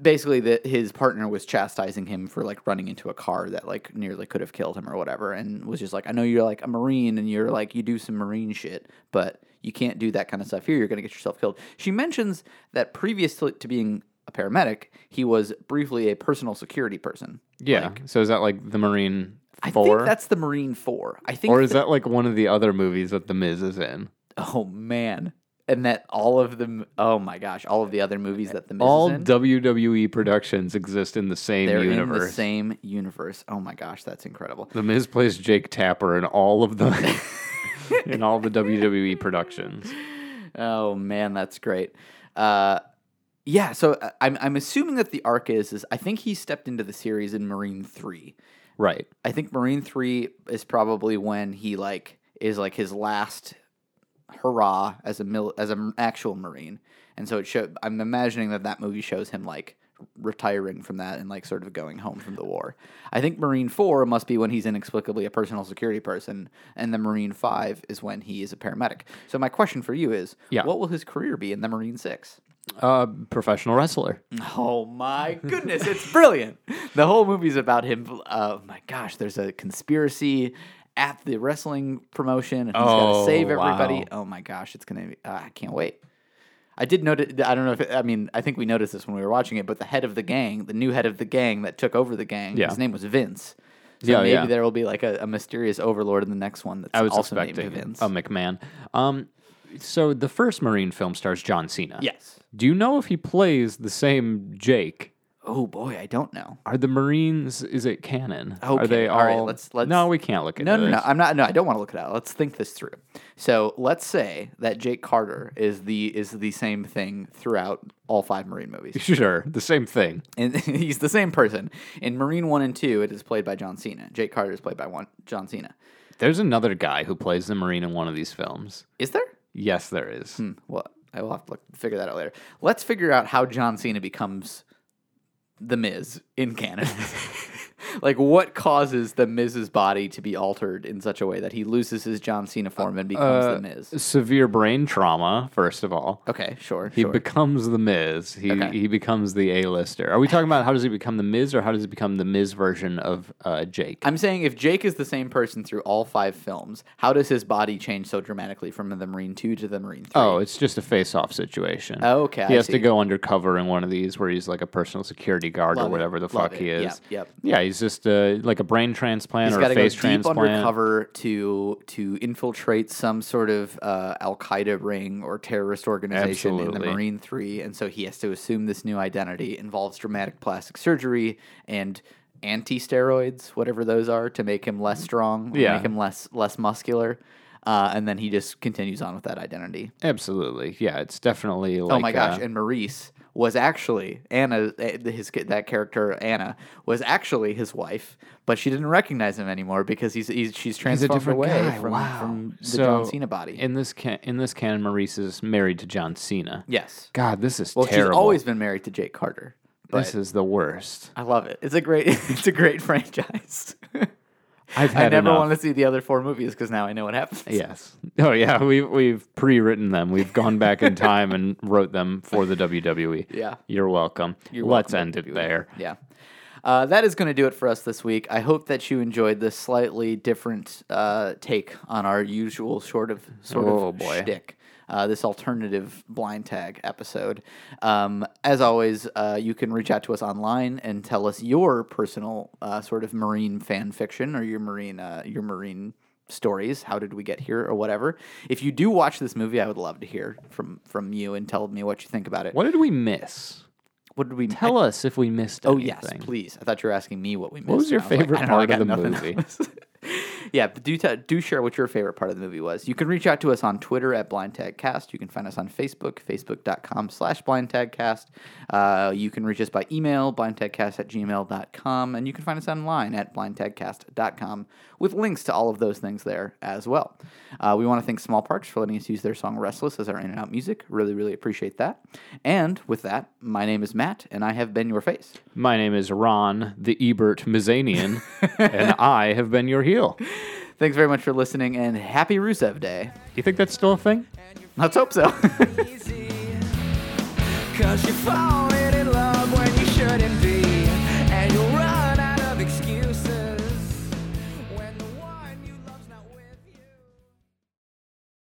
Speaker 2: Basically, that his partner was chastising him for like running into a car that like nearly could have killed him or whatever, and was just like, "I know you're like a marine and you're like you do some marine shit, but you can't do that kind of stuff here. You're gonna get yourself killed." She mentions that previous to, to being a paramedic, he was briefly a personal security person.
Speaker 1: Yeah. so is that like the Marine
Speaker 2: I
Speaker 1: Four,
Speaker 2: think that's the Marine Four. I think
Speaker 1: or is that like one of the other movies that the Miz is in?
Speaker 2: [LAUGHS] Oh man, and that all of them. Oh my gosh, all of the other movies that the Miz
Speaker 1: All
Speaker 2: is in,
Speaker 1: WWE productions exist in the same
Speaker 2: they're
Speaker 1: universe.
Speaker 2: in the same universe. Oh my gosh, that's incredible.
Speaker 1: The Miz plays Jake Tapper in all of
Speaker 2: [LAUGHS]
Speaker 1: the in all the WWE E productions.
Speaker 2: Oh man, that's great. Uh, yeah, so uh, I'm I'm assuming that the arc is is I think he stepped into the series in Marine Three.
Speaker 1: Right.
Speaker 2: I think Marine Three is probably when he like is like his last hurrah as a mil- as an actual Marine, and so it showed. I'm imagining that that movie shows him like retiring from that and like sort of going home from the war. I think Marine Four must be when he's inexplicably a personal security person, and the Marine Five is when he is a paramedic. So my question for you is,
Speaker 1: Yeah.
Speaker 2: what will his career be in the Marine Six?
Speaker 1: Uh, professional wrestler.
Speaker 2: Oh my goodness, it's brilliant. The whole movie's about him. Oh my gosh, there's a conspiracy at the wrestling promotion, and he's got to
Speaker 1: Oh,
Speaker 2: save everybody.
Speaker 1: wow.
Speaker 2: Oh my gosh, it's gonna be. Uh, I can't wait. I did notice. I don't know if it, I mean. I think we noticed this when we were watching it, but the head of the gang, the new head of the gang that took over the gang,
Speaker 1: Yeah.
Speaker 2: his name was Vince. So
Speaker 1: Yeah,
Speaker 2: maybe
Speaker 1: yeah.
Speaker 2: there will be like a, a mysterious overlord in the next one that's
Speaker 1: I was
Speaker 2: also
Speaker 1: expecting
Speaker 2: named Vince.
Speaker 1: a McMahon. Um, so the first Marine film stars John Cena.
Speaker 2: yes.
Speaker 1: Do you know if he plays the same Jake?
Speaker 2: Oh boy, I don't know.
Speaker 1: Are the Marines? Is it canon?
Speaker 2: Okay,
Speaker 1: Are they
Speaker 2: all right,
Speaker 1: all?
Speaker 2: let's- let's-
Speaker 1: No, we can't look at
Speaker 2: No, no, no. I'm not. No, I don't want to look it out. Let's think this through. So let's say that Jake Carter is the is the same thing throughout all five
Speaker 1: [LAUGHS]
Speaker 2: Marine movies,
Speaker 1: [LAUGHS] Sure, the same thing.
Speaker 2: and [LAUGHS] he's the same person in Marine One and Two. It is played by John Cena. Jake Carter is played by one John Cena.
Speaker 1: There's another guy who plays the Marine in one of these films.
Speaker 2: Is there?
Speaker 1: Yes, there is.
Speaker 2: Hmm, Well, I will have to look, figure that out later. Let's figure out how John Cena becomes the Miz in
Speaker 1: [LAUGHS]
Speaker 2: canon. like what causes the Miz's body to be altered in such a way that he loses his John Cena form and becomes
Speaker 1: Uh,
Speaker 2: the Miz?
Speaker 1: Severe brain trauma, first of all.
Speaker 2: Okay, sure.
Speaker 1: He
Speaker 2: sure.
Speaker 1: becomes the Miz. He
Speaker 2: Okay.
Speaker 1: he becomes the A-lister. Are we talking about how does he become the Miz, or how does he become the Miz version of uh, Jake?
Speaker 2: I'm saying if Jake is the same person through all five films, how does his body change so dramatically from the Marine 2 to the Marine 3?
Speaker 1: Oh, it's just a face-off situation.
Speaker 2: Oh, okay,
Speaker 1: he
Speaker 2: I
Speaker 1: has
Speaker 2: see.
Speaker 1: to go undercover in one of these where he's like a personal security guard
Speaker 2: Love it,
Speaker 1: or whatever the
Speaker 2: love
Speaker 1: fuck
Speaker 2: it.
Speaker 1: he is.
Speaker 2: Yep, yep.
Speaker 1: Yeah, he's just uh, like a brain transplant
Speaker 2: He's
Speaker 1: or
Speaker 2: got
Speaker 1: a
Speaker 2: to go
Speaker 1: face
Speaker 2: deep
Speaker 1: transplant.
Speaker 2: undercover to to infiltrate some sort of uh, Al Qaeda ring or terrorist organization in the
Speaker 1: Absolutely.
Speaker 2: Marine Three, and so he has to assume this new identity involves dramatic plastic surgery and anti steroids, whatever those are, to make him less strong, or
Speaker 1: Yeah.
Speaker 2: make him less less muscular, uh, and then he just continues on with that identity.
Speaker 1: Absolutely. Yeah, it's definitely like
Speaker 2: oh my gosh!
Speaker 1: uh,
Speaker 2: and Maurice was actually Anna. eh, His that character Anna was actually his wife, but she didn't recognize him anymore because he's, he's she's transformed
Speaker 1: different
Speaker 2: away
Speaker 1: guy,
Speaker 2: from,
Speaker 1: wow.
Speaker 2: from the
Speaker 1: So,
Speaker 2: John Cena body.
Speaker 1: in this can- in this canon Maurice is married to John Cena.
Speaker 2: yes.
Speaker 1: God, this is
Speaker 2: Well,
Speaker 1: terrible.
Speaker 2: she's always been married to Jake Carter. But
Speaker 1: this is the worst.
Speaker 2: I love it. It's a great [LAUGHS] it's a great franchise.
Speaker 1: I've
Speaker 2: I
Speaker 1: had
Speaker 2: never
Speaker 1: enough.
Speaker 2: want to see the other four movies because now I know what happens.
Speaker 1: Yes. Oh yeah, we've we've pre-written them. We've gone back in time and wrote them for the WWE.
Speaker 2: [LAUGHS] Yeah.
Speaker 1: You're welcome. Let's end it
Speaker 2: E.
Speaker 1: there.
Speaker 2: Yeah. Uh, that is going to do it for us this week. I hope that you enjoyed this slightly different uh, take on our usual sort of sort
Speaker 1: Oh,
Speaker 2: of
Speaker 1: boy.
Speaker 2: shtick. Uh, this alternative blind tag episode. Um, as always, uh, you can reach out to us online and tell us your personal uh, sort of marine fan fiction or your marine uh, your marine stories. How did we get here or whatever? If you do watch this movie, I would love to hear from from you and tell me what you think about it.
Speaker 1: What did we miss?
Speaker 2: What did we I-
Speaker 1: Tell us if we missed
Speaker 2: Oh
Speaker 1: anything.
Speaker 2: yes, please. I thought you were asking me what we missed.
Speaker 1: What was your
Speaker 2: and I like,
Speaker 1: favorite
Speaker 2: I don't know, I
Speaker 1: part of
Speaker 2: got
Speaker 1: the
Speaker 2: nothing
Speaker 1: movie?
Speaker 2: else. [LAUGHS] yeah, but do t- do share what your favorite part of the movie was. You can reach out to us on Twitter at blindtagcast. You can find us on Facebook, facebook.com slash blindtagcast. Uh, you can reach us by email, blindtagcast at gmail.com. And you can find us online at blindtagcast.com with links to all of those things there as well. Uh, we want to thank Small Parks for letting us use their song Restless as our in and out music. Really, really appreciate that. And with that, my name is Matt, and I have been your face.
Speaker 1: My name is Ron, the Ebert Mizanian,
Speaker 2: [LAUGHS]
Speaker 1: and I have been your heel.
Speaker 2: Thanks very much for listening and happy Rusev Day.
Speaker 1: You think that's still a thing?
Speaker 2: Let's hope so. [LAUGHS]
Speaker 4: easy. Cause you're falling in love when you shouldn't be.